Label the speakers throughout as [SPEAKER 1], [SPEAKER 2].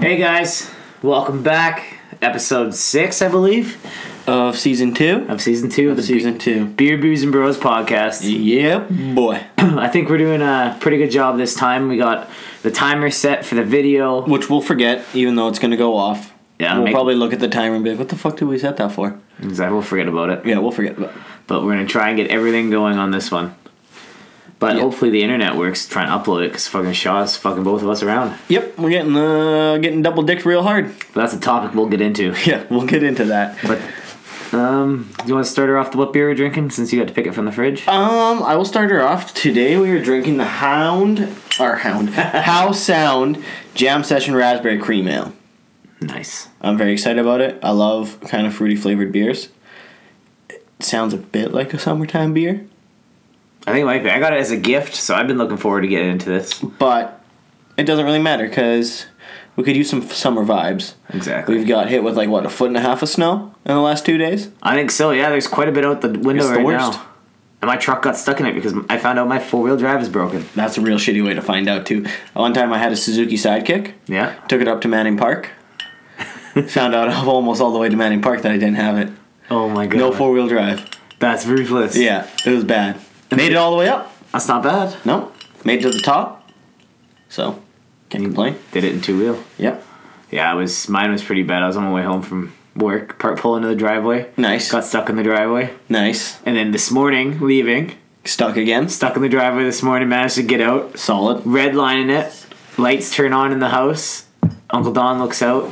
[SPEAKER 1] Hey guys, welcome back. Episode six, I believe,
[SPEAKER 2] of season two.
[SPEAKER 1] of season two of the
[SPEAKER 2] Season two.
[SPEAKER 1] Beer Booze and Bros podcast.
[SPEAKER 2] Yeah, boy.
[SPEAKER 1] I think we're doing a pretty good job this time. We got the timer set for the video.
[SPEAKER 2] Which we'll forget, even though it's gonna go off.
[SPEAKER 1] Yeah,
[SPEAKER 2] we'll
[SPEAKER 1] make-
[SPEAKER 2] probably look at the timer and be like, "What the fuck did we set that for?"
[SPEAKER 1] Exactly, we'll forget about it.
[SPEAKER 2] Yeah, we'll forget. But
[SPEAKER 1] But we're gonna try and get everything going on this one. But
[SPEAKER 2] Yeah.
[SPEAKER 1] hopefully the internet works. Try and upload it because fucking Shaw's fucking both of us around.
[SPEAKER 2] yep, we're getting uh, getting double dicked real hard.
[SPEAKER 1] But that's a topic we'll get into.
[SPEAKER 2] Yeah, we'll get into that.
[SPEAKER 1] But um, do you want to start her off with what beer we're drinking since you got to pick it from the fridge?
[SPEAKER 2] Um, I will start her off. Today we are drinking the Hound, our Hound, How Sound Jam Session Raspberry Cream Ale.
[SPEAKER 1] Nice.
[SPEAKER 2] I'm very excited about it. I love kind of fruity flavored beers. It sounds a bit like a summertime beer.
[SPEAKER 1] I think it might be. I got it as a gift, so I've been looking forward to getting into this.
[SPEAKER 2] but it doesn't really matter because we could use some f- summer vibes.
[SPEAKER 1] Exactly.
[SPEAKER 2] We've got hit with like what a foot and a half of snow in the last two days.
[SPEAKER 1] I think so. Yeah, there's quite a bit out the window
[SPEAKER 2] It's the
[SPEAKER 1] right
[SPEAKER 2] worst.
[SPEAKER 1] now. And my truck got stuck in it because I found out my four wheel drive is broken.
[SPEAKER 2] That's a real shitty way to find out too. One time I had a Suzuki Sidekick,
[SPEAKER 1] Yeah.
[SPEAKER 2] took it up to Manning Park, found out almost all the way to Manning Park that I didn't have it.
[SPEAKER 1] Oh my god.
[SPEAKER 2] No four wheel drive.
[SPEAKER 1] That's ruthless.
[SPEAKER 2] Yeah, it was bad. Made it all the way up.
[SPEAKER 1] That's not bad.
[SPEAKER 2] No, made it to the top. So can't complain.
[SPEAKER 1] Did it in two wheel.
[SPEAKER 2] Yep.
[SPEAKER 1] Yeah, it was. Mine was pretty bad. I was on my way home from work, part pull into the driveway.
[SPEAKER 2] Nice.
[SPEAKER 1] Got stuck in the driveway,
[SPEAKER 2] Nice.
[SPEAKER 1] and then this morning leaving,
[SPEAKER 2] Stuck again.
[SPEAKER 1] stuck in the driveway this morning. Managed to get out.
[SPEAKER 2] Solid.
[SPEAKER 1] red lining it. Lights turn on in the house. Uncle Don looks out,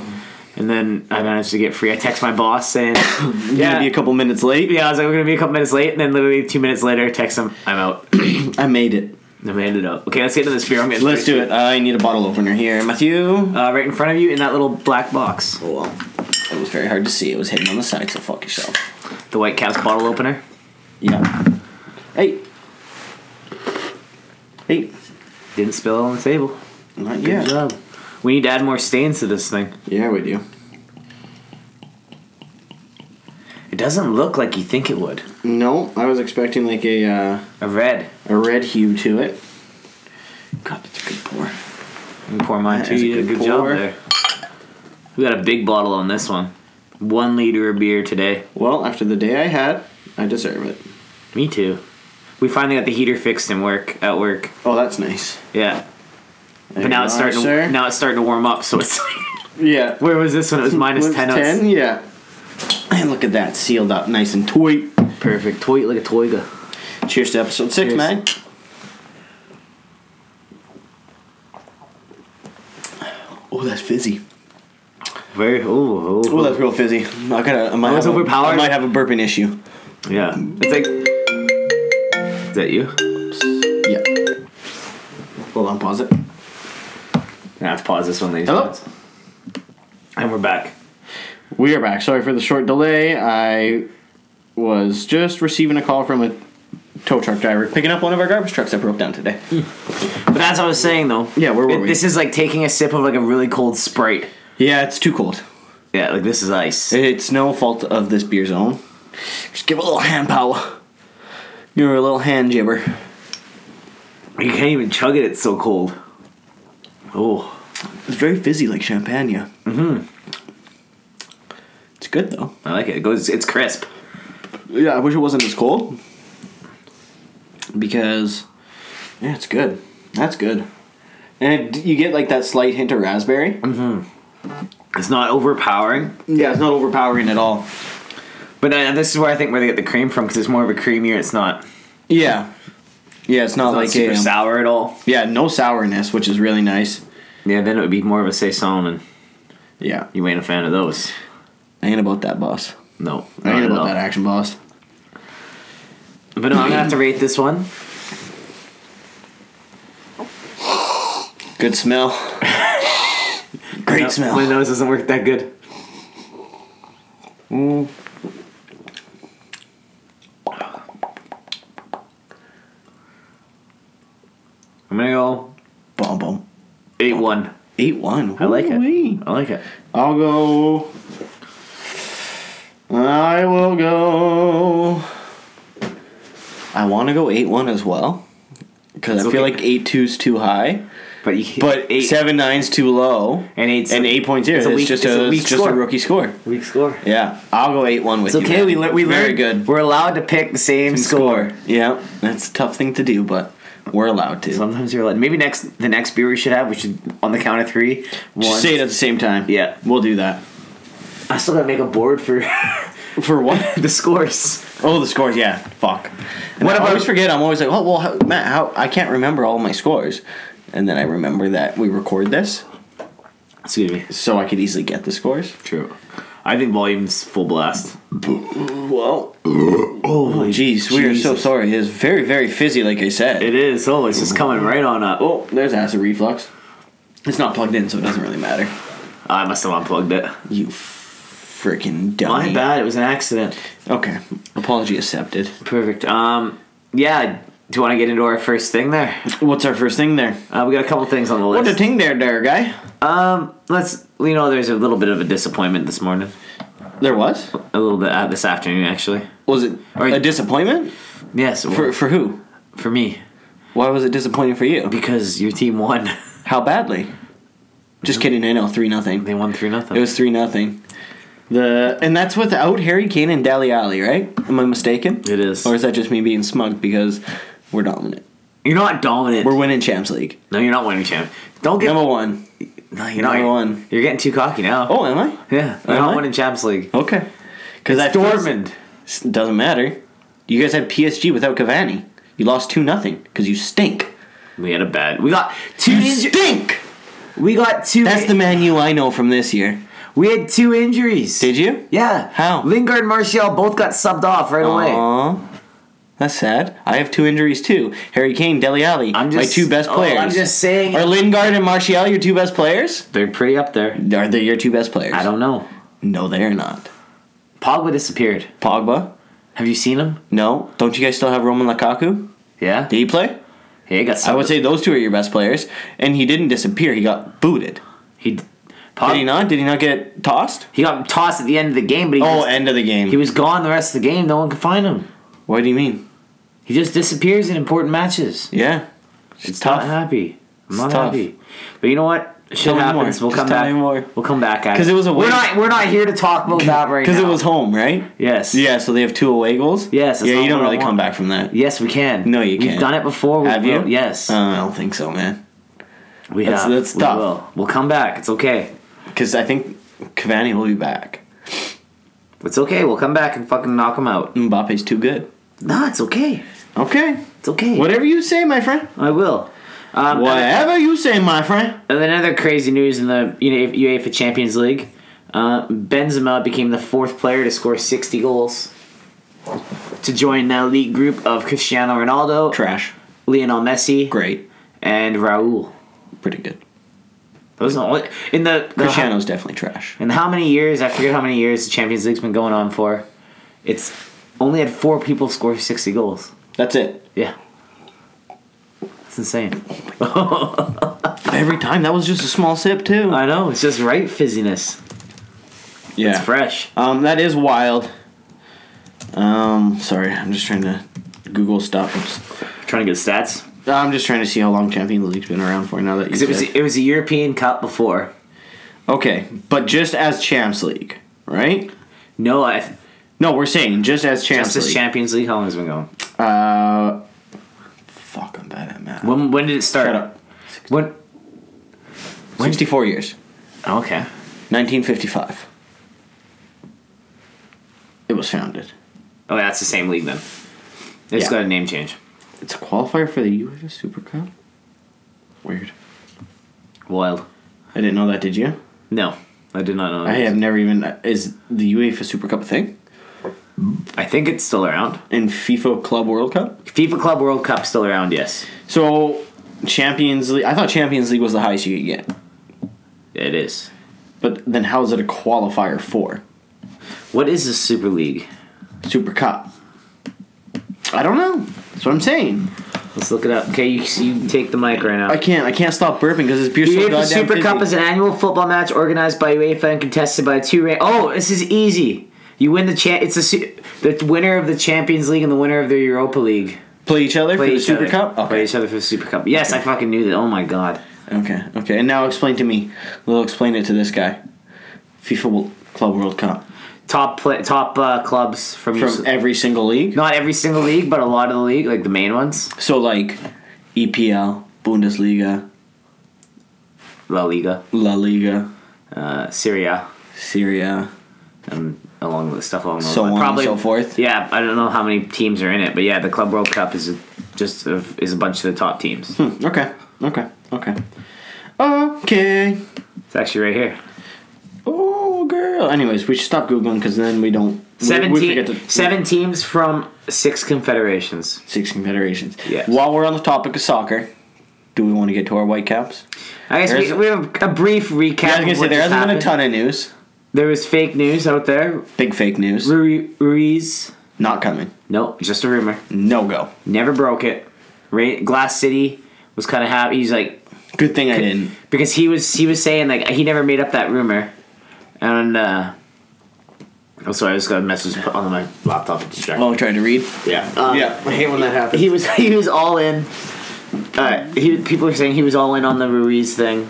[SPEAKER 1] and then I managed to get free. I text my boss saying,
[SPEAKER 2] Yeah.
[SPEAKER 1] "Yeah,
[SPEAKER 2] Maybe a couple minutes late.
[SPEAKER 1] yeah." I was like, "We're gonna be a couple minutes late," and then literally two minutes later, I text him, "I'm out." and
[SPEAKER 2] I made it.
[SPEAKER 1] I ended up. Okay, let's get into this beer. I'm getting
[SPEAKER 2] Let's do it. I need a bottle opener here, Matthew.
[SPEAKER 1] Uh, right in front of you in that little black box,
[SPEAKER 2] Oh well, it was very hard to see. It was hidden on the side, so fuck yourself.
[SPEAKER 1] the White Caps bottle opener.
[SPEAKER 2] Yeah. Hey. Hey.
[SPEAKER 1] Didn't spill on the table.
[SPEAKER 2] Not
[SPEAKER 1] Good
[SPEAKER 2] yet.
[SPEAKER 1] job. We need to add more stains to this thing.
[SPEAKER 2] Yeah, we do.
[SPEAKER 1] It doesn't look like you think it would.
[SPEAKER 2] No, I was expecting like a uh,
[SPEAKER 1] A red.
[SPEAKER 2] a red hue to it. God, that's a good pour.
[SPEAKER 1] And pour mine
[SPEAKER 2] That
[SPEAKER 1] too.
[SPEAKER 2] is a
[SPEAKER 1] You did a
[SPEAKER 2] good
[SPEAKER 1] good job
[SPEAKER 2] pour.
[SPEAKER 1] there. We got a big bottle on this one. One liter of beer today.
[SPEAKER 2] Well, after the day I had, I deserve it.
[SPEAKER 1] Me too. We finally got the heater fixed in work at work.
[SPEAKER 2] Oh, that's nice.
[SPEAKER 1] Yeah.
[SPEAKER 2] There
[SPEAKER 1] but now
[SPEAKER 2] you
[SPEAKER 1] it's
[SPEAKER 2] are,
[SPEAKER 1] starting
[SPEAKER 2] sir.
[SPEAKER 1] to, now it's starting to warm up, so it's like
[SPEAKER 2] Yeah.
[SPEAKER 1] where was this when it was minus
[SPEAKER 2] Was
[SPEAKER 1] ten
[SPEAKER 2] ten.
[SPEAKER 1] outs?
[SPEAKER 2] Yeah. And look at that, sealed up, nice and tight.
[SPEAKER 1] Perfect. Toy like a toiga.
[SPEAKER 2] Cheers to episode six,
[SPEAKER 1] Cheers.
[SPEAKER 2] man. Oh, that's fizzy.
[SPEAKER 1] Very oh,
[SPEAKER 2] Oh, that's real fizzy. I gotta. I might,
[SPEAKER 1] Oh, it's
[SPEAKER 2] have a,
[SPEAKER 1] overpowered.
[SPEAKER 2] I might have a burping issue.
[SPEAKER 1] Yeah. It's like Is that you?
[SPEAKER 2] Yeah. Hold on, pause it.
[SPEAKER 1] Nah, let's pause this one ladies.
[SPEAKER 2] Hello?
[SPEAKER 1] and gents. And we're back.
[SPEAKER 2] We are back. Sorry for the short delay. I was just receiving a call from a tow truck driver picking up one of our garbage trucks that broke down today.
[SPEAKER 1] But that's what I was saying though.
[SPEAKER 2] Yeah, where were
[SPEAKER 1] It-
[SPEAKER 2] we?
[SPEAKER 1] This is like taking a sip of like a really cold sprite.
[SPEAKER 2] Yeah, it's too cold.
[SPEAKER 1] Yeah, like this is ice.
[SPEAKER 2] It's no fault of this beer's own. Just give it a little hand pow. You're a little hand jibber.
[SPEAKER 1] You can't even chug it, it's so cold. Oh.
[SPEAKER 2] It's very fizzy, like champagne. Mm-hmm. It's good though.
[SPEAKER 1] I like it. It goes it's crisp.
[SPEAKER 2] Yeah, I wish it wasn't as cold. Because, yeah, it's good. That's good. And it, you get like that slight hint of raspberry.
[SPEAKER 1] It's not overpowering.
[SPEAKER 2] Yeah, it's not overpowering at all.
[SPEAKER 1] But uh, this is where I think where they get the cream from because it's more of a creamier. It's not, it's
[SPEAKER 2] Yeah, yeah, it's not
[SPEAKER 1] not
[SPEAKER 2] like
[SPEAKER 1] super
[SPEAKER 2] a, um,
[SPEAKER 1] sour at all.
[SPEAKER 2] yeah, no sourness, which is really nice.
[SPEAKER 1] Yeah, then it would be more of a saison, and
[SPEAKER 2] Yeah,
[SPEAKER 1] you ain't a fan of those.
[SPEAKER 2] I ain't about that, boss.
[SPEAKER 1] No,
[SPEAKER 2] I
[SPEAKER 1] not
[SPEAKER 2] ain't
[SPEAKER 1] at all.
[SPEAKER 2] about that action, boss.
[SPEAKER 1] But no, I'm gonna have to rate this one.
[SPEAKER 2] Good smell. Great
[SPEAKER 1] No,
[SPEAKER 2] smell.
[SPEAKER 1] My nose doesn't work that good. I'm gonna go
[SPEAKER 2] Bum bum.
[SPEAKER 1] eight one.
[SPEAKER 2] Eight one.
[SPEAKER 1] I like it. I like it.
[SPEAKER 2] I'll go. I will go. I want to go eight one as well because I
[SPEAKER 1] It's
[SPEAKER 2] feel
[SPEAKER 1] okay.
[SPEAKER 2] like eight two's too high.
[SPEAKER 1] But you can't-
[SPEAKER 2] But
[SPEAKER 1] eight
[SPEAKER 2] seven nine's too low,
[SPEAKER 1] and eight's
[SPEAKER 2] and eight point zero.
[SPEAKER 1] It's
[SPEAKER 2] It's,
[SPEAKER 1] a weak-
[SPEAKER 2] just
[SPEAKER 1] it's
[SPEAKER 2] a,
[SPEAKER 1] a weak
[SPEAKER 2] it's just a
[SPEAKER 1] score.
[SPEAKER 2] rookie score.
[SPEAKER 1] weak score.
[SPEAKER 2] Yeah, I'll go eight one with
[SPEAKER 1] It's
[SPEAKER 2] you.
[SPEAKER 1] okay.
[SPEAKER 2] man.
[SPEAKER 1] We le- we
[SPEAKER 2] very
[SPEAKER 1] learned
[SPEAKER 2] good
[SPEAKER 1] We're allowed to pick the same score.
[SPEAKER 2] Yeah, that's a tough thing to do, but we're allowed to.
[SPEAKER 1] Sometimes you're allowed. Maybe next the next beer we should have, we should on the count of three. One.
[SPEAKER 2] Just say it at the same time.
[SPEAKER 1] Yeah.
[SPEAKER 2] we'll do that.
[SPEAKER 1] I still gotta make a board for
[SPEAKER 2] For what?
[SPEAKER 1] the scores.
[SPEAKER 2] oh, the scores. Yeah, fuck. And
[SPEAKER 1] What
[SPEAKER 2] I
[SPEAKER 1] about-
[SPEAKER 2] always forget? I'm always like, oh well, how, Matt, how I can't remember all my scores, and then I remember that we record this,
[SPEAKER 1] Excuse me.
[SPEAKER 2] so I could easily get the scores.
[SPEAKER 1] True. I think volume's full blast.
[SPEAKER 2] Well,
[SPEAKER 1] Oh,
[SPEAKER 2] jeez, we are so sorry. It's very, very fizzy, like I said.
[SPEAKER 1] It is. Oh, it's just coming right on up.
[SPEAKER 2] oh, there's acid reflux. It's not plugged in, so it doesn't really matter.
[SPEAKER 1] I must have unplugged it.
[SPEAKER 2] You freaking dummy.
[SPEAKER 1] My bad. It was an accident.
[SPEAKER 2] Okay, apology accepted.
[SPEAKER 1] Perfect. Um, yeah. Do you want to get into our first thing there?
[SPEAKER 2] What's our first thing there?
[SPEAKER 1] Uh, we got a couple things on the
[SPEAKER 2] What a
[SPEAKER 1] list.
[SPEAKER 2] ting there, there, guy.
[SPEAKER 1] Um, let's. You know, there's a little bit of a disappointment this morning.
[SPEAKER 2] There was.
[SPEAKER 1] A little bit uh, this afternoon, actually.
[SPEAKER 2] Was it
[SPEAKER 1] Or-
[SPEAKER 2] a disappointment
[SPEAKER 1] Yes,
[SPEAKER 2] for
[SPEAKER 1] for
[SPEAKER 2] for who?
[SPEAKER 1] for me
[SPEAKER 2] Why was it disappointing for you?
[SPEAKER 1] because your team won.
[SPEAKER 2] How badly? Just kidding. I know three nothing.
[SPEAKER 1] they won three nothing.
[SPEAKER 2] It was three nothing. The and that's without Harry Kane and Dali Ali, right? Am I mistaken?
[SPEAKER 1] It is.
[SPEAKER 2] Or is that just me being smug because we're dominant?
[SPEAKER 1] you're not dominant.
[SPEAKER 2] We're winning Champs League.
[SPEAKER 1] no, you're not winning champ. Don't get.
[SPEAKER 2] Number one.
[SPEAKER 1] no, you're not.
[SPEAKER 2] number one.
[SPEAKER 1] You're getting too cocky now.
[SPEAKER 2] Oh, am I?
[SPEAKER 1] yeah, you're
[SPEAKER 2] Am
[SPEAKER 1] not
[SPEAKER 2] I?
[SPEAKER 1] winning Champs League.
[SPEAKER 2] Okay. Because
[SPEAKER 1] It's Dortmund.
[SPEAKER 2] doesn't matter. You guys had PSG without Cavani. You lost two nothing because you stink.
[SPEAKER 1] We had a bad. We got two.
[SPEAKER 2] You
[SPEAKER 1] inju-
[SPEAKER 2] stink.
[SPEAKER 1] we got two.
[SPEAKER 2] That's the man you I know from this year.
[SPEAKER 1] We had two injuries.
[SPEAKER 2] Did you?
[SPEAKER 1] Yeah.
[SPEAKER 2] How?
[SPEAKER 1] Lingard and Martial both got subbed off right away.
[SPEAKER 2] Aw. That's sad. I have two injuries too. Harry Kane, Deli Alley,
[SPEAKER 1] I'm
[SPEAKER 2] my
[SPEAKER 1] just-
[SPEAKER 2] two best
[SPEAKER 1] oh,
[SPEAKER 2] players.
[SPEAKER 1] I'm just saying-
[SPEAKER 2] Are Lingard and Martial your two best players?
[SPEAKER 1] They're pretty up there.
[SPEAKER 2] Are they your two best players?
[SPEAKER 1] I don't know.
[SPEAKER 2] No, they are not.
[SPEAKER 1] Pogba disappeared.
[SPEAKER 2] Pogba?
[SPEAKER 1] Have you seen him?
[SPEAKER 2] No. Don't you guys still have Roman Lukaku?
[SPEAKER 1] Yeah.
[SPEAKER 2] Did he play?
[SPEAKER 1] Yeah, he got subbed.
[SPEAKER 2] I would say those two are your best players. And he didn't disappear. He got booted.
[SPEAKER 1] he. d- Pog-
[SPEAKER 2] Did he not? Did he not get tossed?
[SPEAKER 1] He got tossed at the end of the game, but he,
[SPEAKER 2] Oh,
[SPEAKER 1] just-
[SPEAKER 2] end of the game.
[SPEAKER 1] he was gone the rest of the game. No one could find him.
[SPEAKER 2] what do you mean?
[SPEAKER 1] He just disappears in important matches.
[SPEAKER 2] Yeah.
[SPEAKER 1] It's
[SPEAKER 2] tough.
[SPEAKER 1] not happy. I'm not
[SPEAKER 2] tough.
[SPEAKER 1] happy. But you know what? Shit
[SPEAKER 2] Tell me more.
[SPEAKER 1] happens. We'll
[SPEAKER 2] Just
[SPEAKER 1] come
[SPEAKER 2] tell
[SPEAKER 1] back.
[SPEAKER 2] me more.
[SPEAKER 1] We'll come back at
[SPEAKER 2] 'Cause it was a
[SPEAKER 1] We're
[SPEAKER 2] win.
[SPEAKER 1] not. We're not here to talk about that right now.
[SPEAKER 2] Because it was home, right?
[SPEAKER 1] Yes.
[SPEAKER 2] Yeah, so they have two away goals?
[SPEAKER 1] Yes, that's
[SPEAKER 2] Yeah, you
[SPEAKER 1] not
[SPEAKER 2] don't
[SPEAKER 1] what I
[SPEAKER 2] really come
[SPEAKER 1] want.
[SPEAKER 2] back from that.
[SPEAKER 1] Yes, we can.
[SPEAKER 2] No, you
[SPEAKER 1] We've
[SPEAKER 2] can't.
[SPEAKER 1] done it before. We
[SPEAKER 2] Have
[SPEAKER 1] will.
[SPEAKER 2] you?
[SPEAKER 1] Yes.
[SPEAKER 2] Uh, I don't think so, man.
[SPEAKER 1] we
[SPEAKER 2] that's-
[SPEAKER 1] have.
[SPEAKER 2] that's
[SPEAKER 1] we
[SPEAKER 2] tough.
[SPEAKER 1] Will. We'll come back. It's okay.
[SPEAKER 2] Because I think Cavani will be back.
[SPEAKER 1] It's okay. We'll come back and fucking knock him out.
[SPEAKER 2] Mbappe's too good.
[SPEAKER 1] No, it's okay.
[SPEAKER 2] Okay.
[SPEAKER 1] It's okay.
[SPEAKER 2] Whatever you say, my friend.
[SPEAKER 1] I will. Um,
[SPEAKER 2] Whatever you say, my friend.
[SPEAKER 1] And then other crazy news in the you know, UEFA Champions League, uh, Benzema became the fourth player to score 60 goals to join the elite group of Cristiano Ronaldo,
[SPEAKER 2] Trash.
[SPEAKER 1] Lionel Messi,
[SPEAKER 2] Great.
[SPEAKER 1] and Raul.
[SPEAKER 2] Pretty good.
[SPEAKER 1] Those are the only, in the, the
[SPEAKER 2] Cristiano's definitely trash.
[SPEAKER 1] in how many years? I forget how many years the Champions League's been going on for. It's only had four people score 60 goals.
[SPEAKER 2] That's it.
[SPEAKER 1] Yeah. It's insane.
[SPEAKER 2] Every time, that was just a small sip, too.
[SPEAKER 1] I know. It's just right fizziness.
[SPEAKER 2] yeah.
[SPEAKER 1] It's fresh.
[SPEAKER 2] Um, that is wild. Um, sorry, I'm just trying to Google stuff.
[SPEAKER 1] Trying to get stats.
[SPEAKER 2] I'm just trying to see how long Champions League's been around for. Now that you
[SPEAKER 1] Because it was
[SPEAKER 2] said.
[SPEAKER 1] it was a European Cup before.
[SPEAKER 2] okay, but just as Champs League, right?
[SPEAKER 1] No, I
[SPEAKER 2] No, we're saying just as Champs
[SPEAKER 1] just the
[SPEAKER 2] League.
[SPEAKER 1] Champions League. How long has it been going?
[SPEAKER 2] uh, fuck, I'm bad at math.
[SPEAKER 1] When when did it start?
[SPEAKER 2] Shut up.
[SPEAKER 1] When? When-
[SPEAKER 2] 64 years,
[SPEAKER 1] Okay.
[SPEAKER 2] 1955. It was founded.
[SPEAKER 1] Oh, that's the same league then. They just
[SPEAKER 2] Yeah.
[SPEAKER 1] got a name change.
[SPEAKER 2] It's a qualifier for the UEFA Super Cup. Weird.
[SPEAKER 1] Wild.
[SPEAKER 2] I didn't know that. Did you?
[SPEAKER 1] No, I did not know.
[SPEAKER 2] I
[SPEAKER 1] this.
[SPEAKER 2] have never even. Is the UEFA Super Cup a thing?
[SPEAKER 1] I think it's still around.
[SPEAKER 2] in FIFA Club World Cup.
[SPEAKER 1] FIFA Club World Cup still around. Yes,
[SPEAKER 2] So Champions League, I thought Champions League was the highest you could get,
[SPEAKER 1] it is.
[SPEAKER 2] but then how is it a qualifier for
[SPEAKER 1] What is the Super League?
[SPEAKER 2] Super Cup? I don't know. That's what I'm saying.
[SPEAKER 1] Let's look it up. Okay, you, you take the mic right now.
[SPEAKER 2] I can't. I can't stop burping because this beer's
[SPEAKER 1] The
[SPEAKER 2] so
[SPEAKER 1] UEFA
[SPEAKER 2] goddamn
[SPEAKER 1] Super
[SPEAKER 2] fizzy.
[SPEAKER 1] Cup is an annual football match organized by UEFA and contested by two. Ra- oh, this is easy. You win the champ. It's a su- the winner of the Champions League and the winner of the Europa League
[SPEAKER 2] play each other
[SPEAKER 1] play
[SPEAKER 2] for the
[SPEAKER 1] each
[SPEAKER 2] Super
[SPEAKER 1] other.
[SPEAKER 2] Cup.
[SPEAKER 1] Play
[SPEAKER 2] Okay.
[SPEAKER 1] each other for the Super Cup. Yes, I fucking knew that. Oh my god,
[SPEAKER 2] Okay, okay. And now explain to me. We'll explain it to this guy. FIFA Wo- Club World Cup
[SPEAKER 1] Top play, top uh, clubs from, your,
[SPEAKER 2] from e-, every single league.
[SPEAKER 1] not every single league, but a lot of the league, like the main ones,
[SPEAKER 2] So like EPL, Bundesliga,
[SPEAKER 1] La Liga,
[SPEAKER 2] La Liga,
[SPEAKER 1] uh, Syria,
[SPEAKER 2] Syria,
[SPEAKER 1] and along the stuff along those
[SPEAKER 2] so
[SPEAKER 1] lines.
[SPEAKER 2] on
[SPEAKER 1] Probably
[SPEAKER 2] and so forth.
[SPEAKER 1] Yeah, I don't know how many teams are in it, but yeah, the Club World Cup is a, just a, is a bunch of the top teams.
[SPEAKER 2] Hmm, Okay, okay, okay, okay.
[SPEAKER 1] It's actually right here.
[SPEAKER 2] Oh girl. Anyways, we should stop googling because then we don't. we-
[SPEAKER 1] Seven,
[SPEAKER 2] we
[SPEAKER 1] te-
[SPEAKER 2] forget to-
[SPEAKER 1] seven teams from six confederations.
[SPEAKER 2] six confederations.
[SPEAKER 1] Yes.
[SPEAKER 2] While we're on the topic of soccer, do we want to get to our Whitecaps?
[SPEAKER 1] I guess
[SPEAKER 2] There's-
[SPEAKER 1] we, we have a brief recap.
[SPEAKER 2] Yeah, I was
[SPEAKER 1] of
[SPEAKER 2] gonna say
[SPEAKER 1] what
[SPEAKER 2] there
[SPEAKER 1] just
[SPEAKER 2] hasn't been a
[SPEAKER 1] happened.
[SPEAKER 2] ton of news.
[SPEAKER 1] There was fake news out there.
[SPEAKER 2] Big fake news.
[SPEAKER 1] Ru- Ruiz.
[SPEAKER 2] Not coming.
[SPEAKER 1] Nope, just a rumor.
[SPEAKER 2] No go.
[SPEAKER 1] Never broke it. Ra- Glass City was kind of happy. He's like,
[SPEAKER 2] Good thing I didn't.
[SPEAKER 1] because he was he was saying like he never made up that rumor, and uh, oh sorry, I just got a message put on my laptop. to distract me.
[SPEAKER 2] Oh, trying to read.
[SPEAKER 1] yeah, um,
[SPEAKER 2] I hate when that happens.
[SPEAKER 1] He was he was all in. Uh, he people are saying he was all in on the Ruiz thing,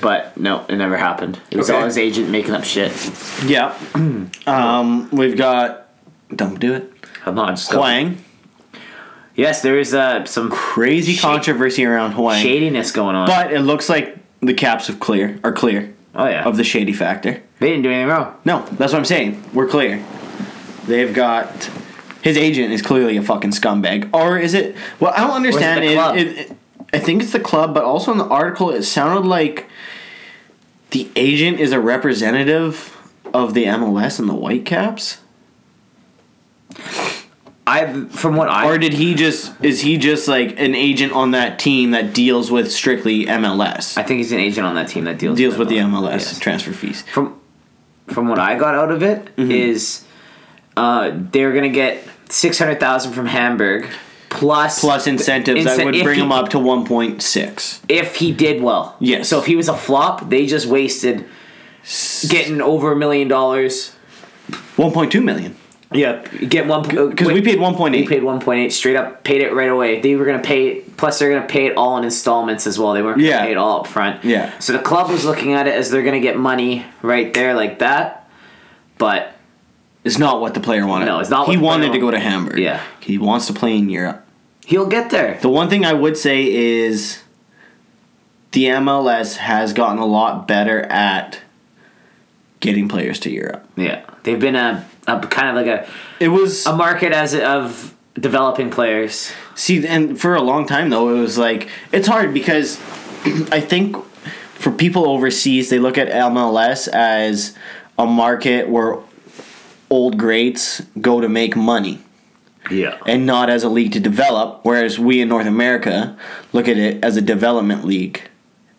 [SPEAKER 1] but no, it never happened. It was
[SPEAKER 2] Okay.
[SPEAKER 1] all his agent making up shit.
[SPEAKER 2] Yeah. um, we've got. Don't do it.
[SPEAKER 1] I'm not just gonna-
[SPEAKER 2] Huang.
[SPEAKER 1] Yes, there is uh, some
[SPEAKER 2] Crazy
[SPEAKER 1] Shade-
[SPEAKER 2] controversy around Huang.
[SPEAKER 1] shadiness going on.
[SPEAKER 2] But it looks like the caps have clear are clear
[SPEAKER 1] oh yeah,
[SPEAKER 2] of the shady factor.
[SPEAKER 1] they didn't do anything wrong.
[SPEAKER 2] No, that's what I'm saying. We're clear. They've got his agent is clearly a fucking scumbag, or is it? Well, I don't understand.
[SPEAKER 1] the
[SPEAKER 2] it-
[SPEAKER 1] club?
[SPEAKER 2] it- it- I think it's the club, but also in the article, it sounded like the agent is a representative of the MLS and the Whitecaps.
[SPEAKER 1] I from what I
[SPEAKER 2] Or did he just is he just like an agent on that team that deals with strictly MLS?
[SPEAKER 1] I think he's an agent on that team that deals
[SPEAKER 2] deals with the MLS
[SPEAKER 1] Yes.
[SPEAKER 2] transfer fees.
[SPEAKER 1] from from what I got out of it
[SPEAKER 2] Mm-hmm.
[SPEAKER 1] is, uh, they're gonna get six hundred thousand from Hamburg, plus
[SPEAKER 2] Plus incentives that
[SPEAKER 1] Incen-
[SPEAKER 2] would
[SPEAKER 1] if
[SPEAKER 2] bring
[SPEAKER 1] he-
[SPEAKER 2] him up to 1.6.
[SPEAKER 1] if he did well.
[SPEAKER 2] Yes.
[SPEAKER 1] So if he was a flop, they just wasted getting over a million dollars.
[SPEAKER 2] 1.2 million.
[SPEAKER 1] Yeah, get one
[SPEAKER 2] Cuz we paid 1.8.
[SPEAKER 1] We paid one point eight straight up. Paid it right away. They were gonna pay. Plus, they're gonna pay it all in installments as well. They weren't gonna
[SPEAKER 2] Yeah.
[SPEAKER 1] pay it all up front.
[SPEAKER 2] Yeah.
[SPEAKER 1] So the club was looking at it as they're gonna get money right there like that, but
[SPEAKER 2] It's not what the player wanted.
[SPEAKER 1] No, it's not what
[SPEAKER 2] He
[SPEAKER 1] the player
[SPEAKER 2] wanted to go
[SPEAKER 1] wanted.
[SPEAKER 2] to Hamburg.
[SPEAKER 1] Yeah.
[SPEAKER 2] He wants to play in Europe.
[SPEAKER 1] he'll get there.
[SPEAKER 2] The one thing I would say is the MLS has gotten a lot better at getting players to Europe.
[SPEAKER 1] Yeah, they've been a, a kind of like
[SPEAKER 2] It was
[SPEAKER 1] a, a market as of developing players.
[SPEAKER 2] See, and for a long time though, it was like it's hard because I think for people overseas, they look at MLS as a market where old greats go to make money
[SPEAKER 1] Yeah,
[SPEAKER 2] and not as a league to develop. Whereas we in North America look at it as a development league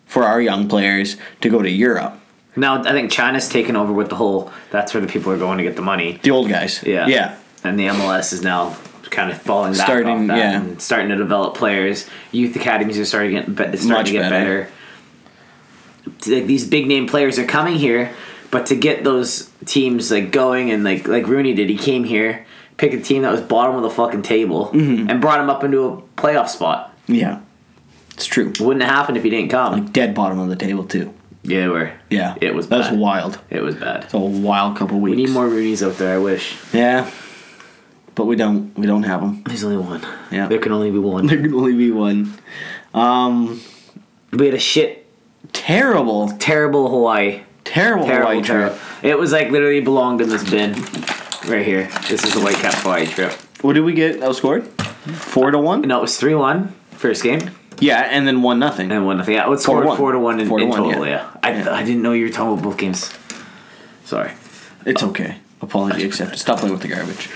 [SPEAKER 2] for our young players to go to Europe.
[SPEAKER 1] now I think China's taken over with the whole. That's where the people are going to get the money.
[SPEAKER 2] The old guys.
[SPEAKER 1] Yeah,
[SPEAKER 2] Yeah.
[SPEAKER 1] And the MLS is now kind of falling back starting,
[SPEAKER 2] Starting-
[SPEAKER 1] off that
[SPEAKER 2] yeah.
[SPEAKER 1] and starting to develop players. Youth academies are starting to get, be- starting
[SPEAKER 2] Much
[SPEAKER 1] to get
[SPEAKER 2] better.
[SPEAKER 1] better. It's Like these big name players are coming here, but to get those teams like going and like like Rooney did, he came here, picked a team that was bottom of the fucking table,
[SPEAKER 2] Mm-hmm.
[SPEAKER 1] and brought him up into a playoff spot.
[SPEAKER 2] Yeah. It's true.
[SPEAKER 1] Wouldn't happen if he didn't come.
[SPEAKER 2] Dead bottom of the table too.
[SPEAKER 1] Yeah, we're
[SPEAKER 2] Yeah.
[SPEAKER 1] It was
[SPEAKER 2] that was
[SPEAKER 1] bad.
[SPEAKER 2] wild.
[SPEAKER 1] it was bad.
[SPEAKER 2] It's a wild couple weeks.
[SPEAKER 1] We need more Rooney's out there. I wish
[SPEAKER 2] Yeah, but we don't. We don't have them.
[SPEAKER 1] there's only one.
[SPEAKER 2] Yeah.
[SPEAKER 1] there can only be one.
[SPEAKER 2] There can only be one. Um,
[SPEAKER 1] We had a shit,
[SPEAKER 2] terrible,
[SPEAKER 1] terrible Hawaii,
[SPEAKER 2] terrible,
[SPEAKER 1] terrible
[SPEAKER 2] Hawaii
[SPEAKER 1] trip.
[SPEAKER 2] trip.
[SPEAKER 1] It was like literally belonged in this bin, right here. This is the White Cap Hawaii trip.
[SPEAKER 2] What did we get? Outscored four to one.
[SPEAKER 1] No, it was three one first game
[SPEAKER 2] Yeah, and then one nothing.
[SPEAKER 1] and one nothing. Yeah, it
[SPEAKER 2] Four
[SPEAKER 1] scored
[SPEAKER 2] one.
[SPEAKER 1] four to one in,
[SPEAKER 2] Four to
[SPEAKER 1] in
[SPEAKER 2] one,
[SPEAKER 1] total.
[SPEAKER 2] yeah.
[SPEAKER 1] Yeah, I,
[SPEAKER 2] Yeah.
[SPEAKER 1] I didn't know you were talking about both games. Sorry.
[SPEAKER 2] It's okay. Apology accepted. Stop playing with the garbage.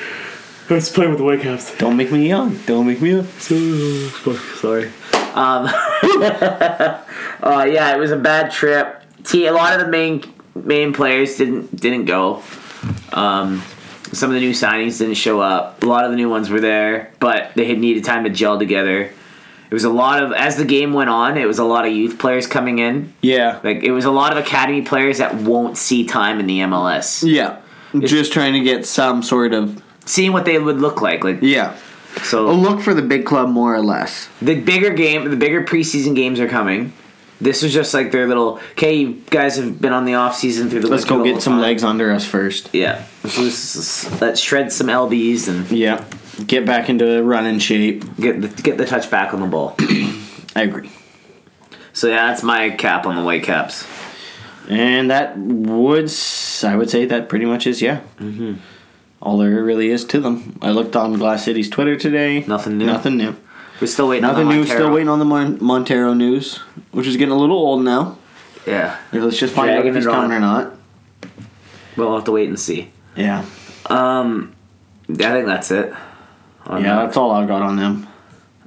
[SPEAKER 1] Let's play with the White Caps.
[SPEAKER 2] Don't make me yawn. Don't make me yawn.
[SPEAKER 1] Sorry. Um, uh, yeah, it was a bad trip. T. A lot of the main main players didn't didn't go. Um, some of the new signings didn't show up. A lot of the new ones were there, but they had needed time to gel together. It was a lot of as the game went on. It was a lot of youth players coming in.
[SPEAKER 2] Yeah,
[SPEAKER 1] Like it was a lot of academy players that won't see time in the MLS.
[SPEAKER 2] yeah. Just trying to get some sort of
[SPEAKER 1] Seeing what they would look like, like
[SPEAKER 2] yeah.
[SPEAKER 1] so.
[SPEAKER 2] look for the big club, more or less.
[SPEAKER 1] The bigger game, the bigger preseason games are coming. This was just like their little. Okay, you guys have been on the off season through the.
[SPEAKER 2] Let's
[SPEAKER 1] winter
[SPEAKER 2] go
[SPEAKER 1] the
[SPEAKER 2] get
[SPEAKER 1] whole
[SPEAKER 2] some
[SPEAKER 1] time.
[SPEAKER 2] legs under us first.
[SPEAKER 1] Yeah, This was- let's shred some lbs and
[SPEAKER 2] Yeah. Get back into running shape.
[SPEAKER 1] get the, get the touch back on the ball.
[SPEAKER 2] I agree.
[SPEAKER 1] So yeah, that's my cap on the white caps.
[SPEAKER 2] And that would, s- I would say that pretty much is, yeah. Mm-hmm. All there really is to them. I looked on Glass City's Twitter today.
[SPEAKER 1] Nothing new.
[SPEAKER 2] Nothing new.
[SPEAKER 1] We're still waiting.
[SPEAKER 2] Nothing
[SPEAKER 1] on the
[SPEAKER 2] new.
[SPEAKER 1] Montero.
[SPEAKER 2] Still waiting on the Mon- Montero news, which is getting a little old now.
[SPEAKER 1] Yeah,
[SPEAKER 2] Let's just find out
[SPEAKER 1] Dragging
[SPEAKER 2] if he's
[SPEAKER 1] it on.
[SPEAKER 2] coming or not.
[SPEAKER 1] we'll have to wait and see. Um,
[SPEAKER 2] Yeah.
[SPEAKER 1] I think that's it. On
[SPEAKER 2] Yeah,
[SPEAKER 1] that.
[SPEAKER 2] that's all I've got on them.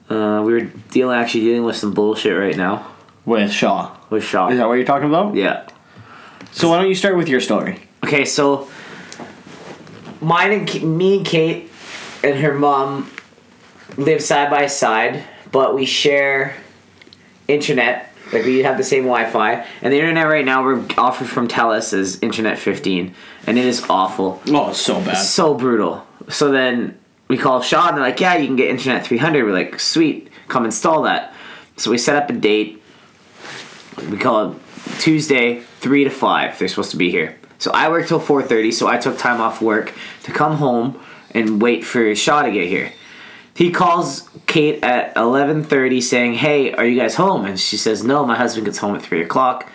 [SPEAKER 1] Uh, we were dealing actually dealing with some bullshit right now
[SPEAKER 2] With Shaw.
[SPEAKER 1] with Shaw.
[SPEAKER 2] Is that what you're talking about?
[SPEAKER 1] yeah.
[SPEAKER 2] So why don't you start with your story?
[SPEAKER 1] Okay, so mine and K- me and Kate and her mom live side by side, but we share internet. Like we have the same Wi-Fi, and the internet right now we're offered from Telus is internet fifteen, and it is awful,
[SPEAKER 2] Oh, it's so bad.
[SPEAKER 1] so brutal. So then we call Shaw, and they're like, "Yeah, you can get internet three hundred. We're like, "Sweet, come install that." So we set up a date. We call it Tuesday, three to five. They're supposed to be here. So I work till four thirty. So I took time off work to come home and wait for Shaw to get here. He calls Kate at eleven thirty, saying, "Hey, are you guys home?" And she says, "No, my husband gets home at three o'clock.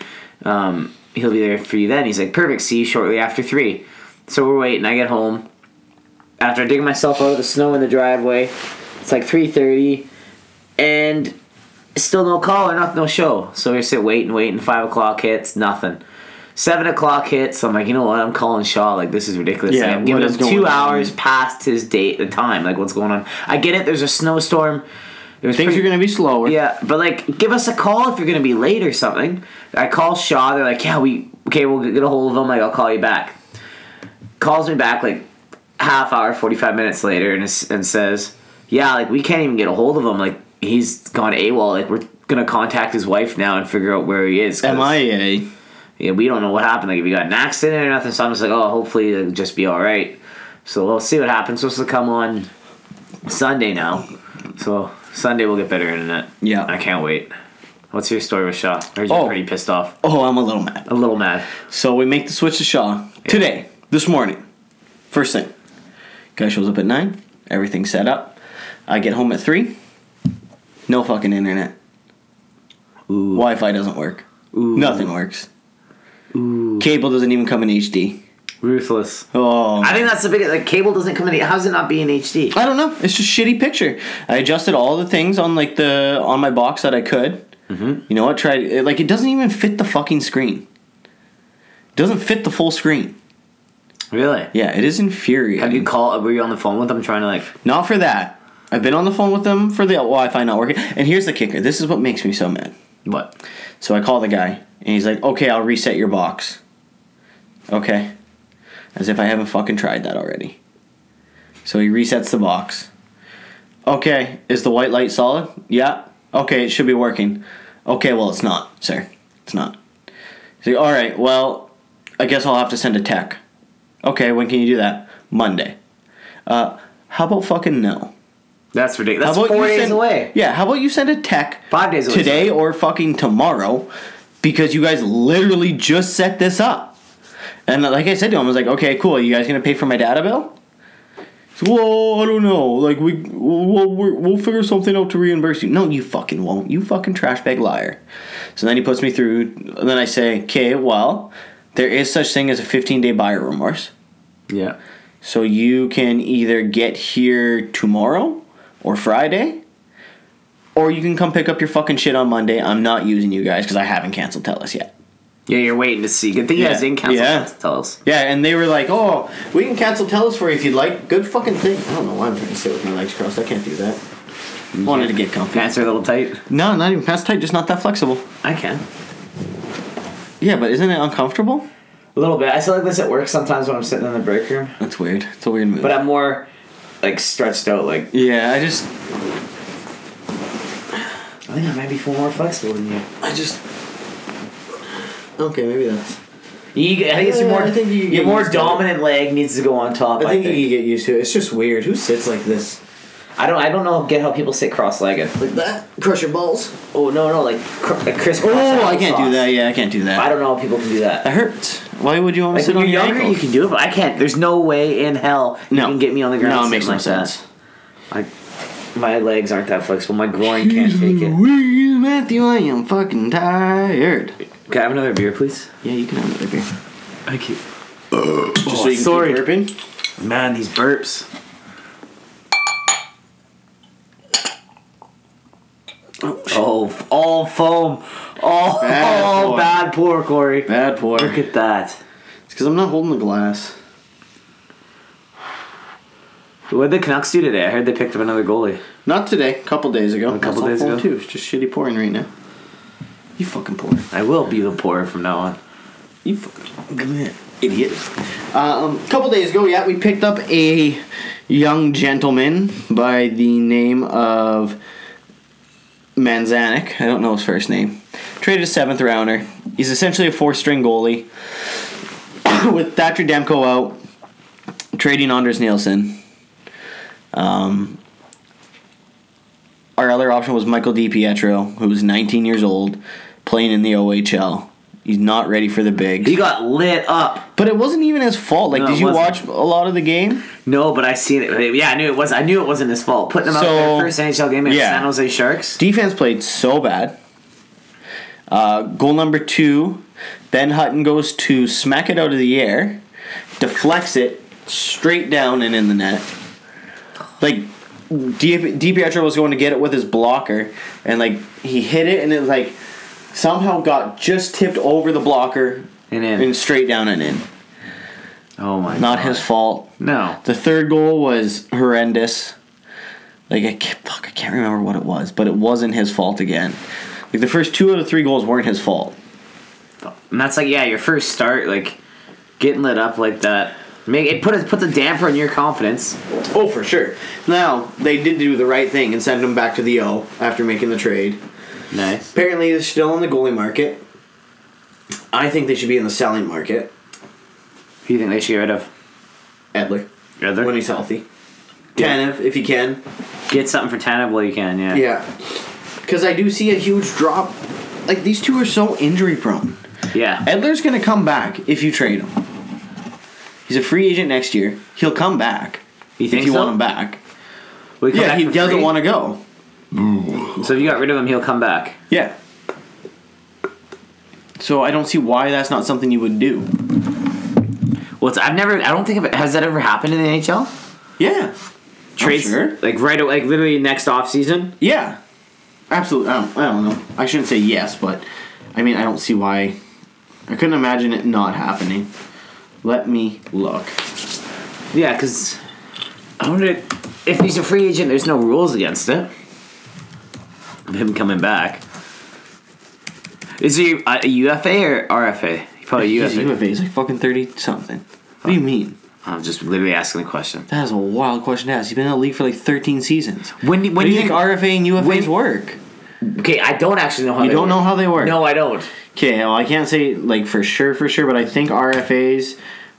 [SPEAKER 1] Um, he'll be there for you then." He's like, "Perfect. See you shortly after three. So we're waiting. I get home after digging myself out of the snow in the driveway. It's like three thirty, and still no call or nothing, no show. So we sit waiting, waiting. Five o'clock hits, nothing. Seven o'clock hits. I'm like, you know what? I'm calling Shaw. Like this is ridiculous.
[SPEAKER 2] Yeah,
[SPEAKER 1] Like, I'm giving
[SPEAKER 2] what is
[SPEAKER 1] him two
[SPEAKER 2] going on?
[SPEAKER 1] hours past his date, the time. Like what's going on? I get it. There's a snowstorm. It was
[SPEAKER 2] Things
[SPEAKER 1] pretty-
[SPEAKER 2] are gonna be slower.
[SPEAKER 1] yeah, but like, give us a call if you're gonna be late or something. I call Shaw. They're like, yeah, we okay. We'll get a hold of him. Like, I'll call you back. Calls me back like half hour, forty five minutes later, and is, and says, yeah, like we can't even get a hold of him. Like he's gone AWOL. Like we're gonna contact his wife now and figure out where he is. 'cause,
[SPEAKER 2] MIA.
[SPEAKER 1] Yeah, we don't know what happened. Like if he got an accident or nothing. So I'm just like, oh, hopefully it'll just be all right. So we'll see what happens. Supposed to come on Sunday now. So Sunday we'll get better internet.
[SPEAKER 2] Yeah.
[SPEAKER 1] I can't wait. What's your story with Shaw? Or is you
[SPEAKER 2] Oh.
[SPEAKER 1] pretty pissed off?
[SPEAKER 2] Oh, I'm a little mad.
[SPEAKER 1] A little mad.
[SPEAKER 2] So we make the switch to Shaw today, this morning. First thing, guy shows up at nine. Everything's set up. I get home at three. No fucking internet.
[SPEAKER 1] Ooh.
[SPEAKER 2] Wi-Fi doesn't work. Nothing works. Cable doesn't even come in HD.
[SPEAKER 1] Ruthless.
[SPEAKER 2] Oh,
[SPEAKER 1] I think that's the biggest. Like cable doesn't come in. How does it not be in HD?
[SPEAKER 2] I don't know. It's just shitty picture. I adjusted all the things on like the on my box that I could. Mm-hmm. You know what? Tried it, like it doesn't even fit the fucking screen. doesn't fit the full screen.
[SPEAKER 1] Really?
[SPEAKER 2] Yeah, it is infuriating.
[SPEAKER 1] Have you called? Were you on the phone with them trying to like?
[SPEAKER 2] Not for that. I've been on the phone with them for the Wi-Fi not working. And here's the kicker. This is what makes me so mad.
[SPEAKER 1] What?
[SPEAKER 2] So I call the guy, and he's like, "Okay, I'll reset your box." Okay. As if I haven't fucking tried that already. So he resets the box. Okay, is the white light solid? Yeah. Okay, it should be working. Okay, well, it's not, sir. It's not. He's like, "All right, well, I guess I'll have to send a tech." Okay, when can you do that? Monday. Uh, how about fucking no?
[SPEAKER 1] That's ridiculous.
[SPEAKER 2] How
[SPEAKER 1] That's
[SPEAKER 2] about
[SPEAKER 1] four
[SPEAKER 2] you
[SPEAKER 1] days
[SPEAKER 2] send-
[SPEAKER 1] away.
[SPEAKER 2] Yeah, how about you send a tech
[SPEAKER 1] Five days away,
[SPEAKER 2] today or fucking tomorrow because you guys literally just set this up. And like I said to him, I was like, okay, cool. you guys gonna pay for my data bill? He's, Well, I don't know. Like we, we'll, we'll, we'll figure something out to reimburse you. No, you fucking won't. You fucking trash bag liar. So then he puts me through. And then I say, okay, well, there is such thing as a 15 day buyer remorse.
[SPEAKER 1] Yeah.
[SPEAKER 2] So you can either get here tomorrow or Friday, or you can come pick up your fucking shit on Monday. I'm not using you guys because I haven't canceled Telus yet.
[SPEAKER 1] Yeah, you're waiting to see. Good thing you
[SPEAKER 2] Yeah.
[SPEAKER 1] guys didn't cancel.
[SPEAKER 2] Yeah.
[SPEAKER 1] that to Tell us.
[SPEAKER 2] Yeah, and they were like, "Oh, we can cancel Telus for you if you'd like." Good fucking thing. I don't know why I'm trying to sit with my legs crossed. I can't do that. Mm-hmm. Wanted to get comfy.
[SPEAKER 1] Pants are a little tight.
[SPEAKER 2] No, not even past tight. Just not that flexible.
[SPEAKER 1] I can.
[SPEAKER 2] Yeah, but isn't it uncomfortable?
[SPEAKER 1] A little bit. I feel like this at work sometimes when I'm sitting in the break room,
[SPEAKER 2] That's weird. It's a weird move.
[SPEAKER 1] but I'm more like stretched out. Like
[SPEAKER 2] yeah, I just,
[SPEAKER 1] I think I might be feel more flexible than you.
[SPEAKER 2] I just. Okay, maybe that's.
[SPEAKER 1] You, I think it's your
[SPEAKER 2] Yeah,
[SPEAKER 1] more.
[SPEAKER 2] I think you
[SPEAKER 1] your
[SPEAKER 2] get
[SPEAKER 1] more
[SPEAKER 2] used to it.
[SPEAKER 1] dominant leg needs to go on top. I think.
[SPEAKER 2] get used to it. It's just weird. Who sits like this?
[SPEAKER 1] I don't. I don't know. Get how people sit cross-legged.
[SPEAKER 3] Like that. Crush your balls.
[SPEAKER 1] Oh no, no, like, cr- like crisscross.
[SPEAKER 2] Oh, I can't do
[SPEAKER 1] applesauce.
[SPEAKER 2] that. Yeah, I can't do that.
[SPEAKER 1] I don't know how people can do that.
[SPEAKER 2] That hurts. Why would you want to
[SPEAKER 1] Like
[SPEAKER 2] sit
[SPEAKER 1] when
[SPEAKER 2] on
[SPEAKER 1] you're
[SPEAKER 2] your
[SPEAKER 1] younger,
[SPEAKER 2] ankle?
[SPEAKER 1] you can do it, but I can't. There's no way in hell you
[SPEAKER 2] no,
[SPEAKER 1] can get me on the ground.
[SPEAKER 2] No, it makes no
[SPEAKER 1] sitting like that.
[SPEAKER 2] sense.
[SPEAKER 1] My legs aren't that flexible. My groin can't take it.
[SPEAKER 2] Wee, Matthew, I am fucking tired.
[SPEAKER 1] Can I have another beer, please?
[SPEAKER 2] Yeah, you can have another beer.
[SPEAKER 1] Thank you.
[SPEAKER 2] Just
[SPEAKER 1] so you can keep
[SPEAKER 2] sorry.
[SPEAKER 1] Man, these burps. Oh, f- all foam. All
[SPEAKER 2] Bad
[SPEAKER 1] bad,
[SPEAKER 2] pour.
[SPEAKER 1] bad pour, Corey.
[SPEAKER 2] Bad pour.
[SPEAKER 1] Look
[SPEAKER 2] It's
[SPEAKER 1] at that.
[SPEAKER 2] because I'm not holding the glass.
[SPEAKER 1] What did the Canucks do today? I heard they picked up another goalie.
[SPEAKER 2] Not today. A couple days ago.
[SPEAKER 1] A couple
[SPEAKER 2] That's
[SPEAKER 1] days
[SPEAKER 2] all full
[SPEAKER 1] ago.
[SPEAKER 2] Too. It's just shitty pouring right now. You fucking pour.
[SPEAKER 1] I will be the pourer from now on.
[SPEAKER 2] You fucking come here, idiot. Um, a couple days ago, yeah, we picked up a young gentleman by the name of Manzanic. I don't know his first name. Traded a seventh rounder. He's essentially a four-string goalie. With Thatcher Demko out, trading Anders Nielsen. Um, our other option was Michael DiPietro, who's 19 years old, playing in the OHL. He's not ready for the big.
[SPEAKER 1] He got lit up.
[SPEAKER 2] But it wasn't even his fault. Like,
[SPEAKER 1] No,
[SPEAKER 2] did
[SPEAKER 1] it
[SPEAKER 2] you
[SPEAKER 1] wasn't.
[SPEAKER 2] watch a lot of the game?
[SPEAKER 1] No, but I seen it. Yeah, I knew it was. I knew it wasn't his fault. Putting him out
[SPEAKER 2] So,
[SPEAKER 1] there first NHL game against
[SPEAKER 2] yeah.
[SPEAKER 1] San Jose Sharks.
[SPEAKER 2] Defense played so bad. Uh, goal number two, Ben Hutton goes to smack it out of the air, deflects it straight down and in the net. Like Di- DiPietro was going to get it with his blocker, and like he hit it, and it like somehow got just tipped over the blocker
[SPEAKER 1] And in.
[SPEAKER 2] and straight down and in.
[SPEAKER 1] oh my.
[SPEAKER 2] Not
[SPEAKER 1] God.
[SPEAKER 2] his fault.
[SPEAKER 1] No.
[SPEAKER 2] The third goal was horrendous. Like I can't, fuck, I can't remember what it was, but it wasn't his fault again. Like the first two out of three goals weren't his fault.
[SPEAKER 1] And that's like, yeah, your first start, like getting lit up like that. Make it put it puts a damper on your confidence.
[SPEAKER 2] Oh, for sure. Now they did do the right thing and sent him back to the O after making the trade.
[SPEAKER 1] Nice.
[SPEAKER 2] Apparently, they're still on the goalie market. I think they should be in the selling market.
[SPEAKER 1] Who do you think they should get rid of?
[SPEAKER 2] Edler,
[SPEAKER 1] Edler?
[SPEAKER 2] when he's healthy. Tanev, if he can.
[SPEAKER 1] Get something for Tanev while you can. Yeah.
[SPEAKER 2] Yeah, because I do see a huge drop. Like these two are so injury prone.
[SPEAKER 1] Yeah.
[SPEAKER 2] Edler's gonna come back if you trade him. He's a free agent next year. He'll come back
[SPEAKER 1] You
[SPEAKER 2] if
[SPEAKER 1] think
[SPEAKER 2] you
[SPEAKER 1] so?
[SPEAKER 2] want him back.
[SPEAKER 1] Will he come
[SPEAKER 2] yeah,
[SPEAKER 1] back
[SPEAKER 2] he
[SPEAKER 1] for
[SPEAKER 2] doesn't
[SPEAKER 1] free?
[SPEAKER 2] want to go.
[SPEAKER 1] So if you got rid of him, he'll come back.
[SPEAKER 2] Yeah. So I don't see why that's not something you would do.
[SPEAKER 1] Well, it's, I've never. I don't think of it. Has that ever happened in the NHL?
[SPEAKER 2] Yeah.
[SPEAKER 1] Trades
[SPEAKER 2] sure.
[SPEAKER 1] like right away, like literally next off season.
[SPEAKER 2] Yeah. Absolutely. I don't, I don't know. I shouldn't say yes, but I mean I don't see why. I couldn't imagine it not happening. Let me look.
[SPEAKER 1] Yeah, because I wonder if he's a free agent. There's no rules against it. Of him coming back. Is he a a UFA or RFA? He's Probably
[SPEAKER 2] He's
[SPEAKER 1] UFA.
[SPEAKER 2] UFA. He's like fucking thirty something. What do you mean?
[SPEAKER 1] I'm just literally asking the question.
[SPEAKER 2] That is a wild question to ask. He's been in the league for like 13 seasons.
[SPEAKER 1] When do-
[SPEAKER 2] What
[SPEAKER 1] when
[SPEAKER 2] do you think
[SPEAKER 1] do you-
[SPEAKER 2] RFA and UFAs
[SPEAKER 1] when-
[SPEAKER 2] work?
[SPEAKER 1] Okay, I don't actually know how.
[SPEAKER 2] You
[SPEAKER 1] they
[SPEAKER 2] don't
[SPEAKER 1] work.
[SPEAKER 2] know how they work.
[SPEAKER 1] No, I don't.
[SPEAKER 2] Okay, well, I can't say like for sure, for sure, but I think RFAs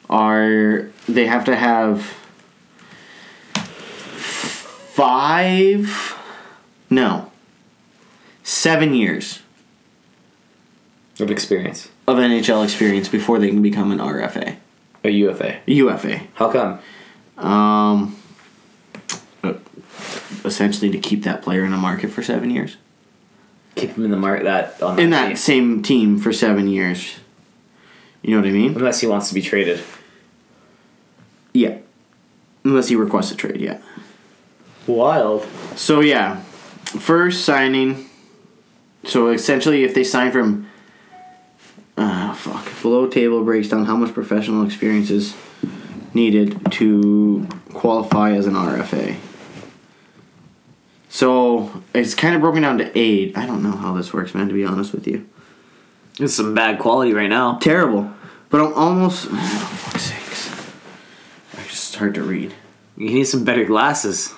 [SPEAKER 2] are they have to have five, no, seven years
[SPEAKER 1] Of experience,
[SPEAKER 2] of NHL experience before they can become an RFA,
[SPEAKER 1] a UFA.
[SPEAKER 2] UFA.
[SPEAKER 1] How come?
[SPEAKER 2] Um, uh, essentially to keep that player in the market for seven years.
[SPEAKER 1] Keep him in the market that on
[SPEAKER 2] in
[SPEAKER 1] team.
[SPEAKER 2] that same team for seven years. You know what I mean?
[SPEAKER 1] unless he wants to be traded.
[SPEAKER 2] Yeah. Unless he requests a trade, yeah.
[SPEAKER 1] Wild.
[SPEAKER 2] So yeah, first signing. So essentially, if they sign from, ah fuck, below table breaks down how much professional experience is needed to qualify as an RFA. So it's kind of broken down to eight. I don't know how this works, man. To be honest with you.
[SPEAKER 1] It's some bad quality right now.
[SPEAKER 2] Terrible. But I'm almost. Oh, fuck's sakes. I just it's hard to read.
[SPEAKER 1] You need some better glasses.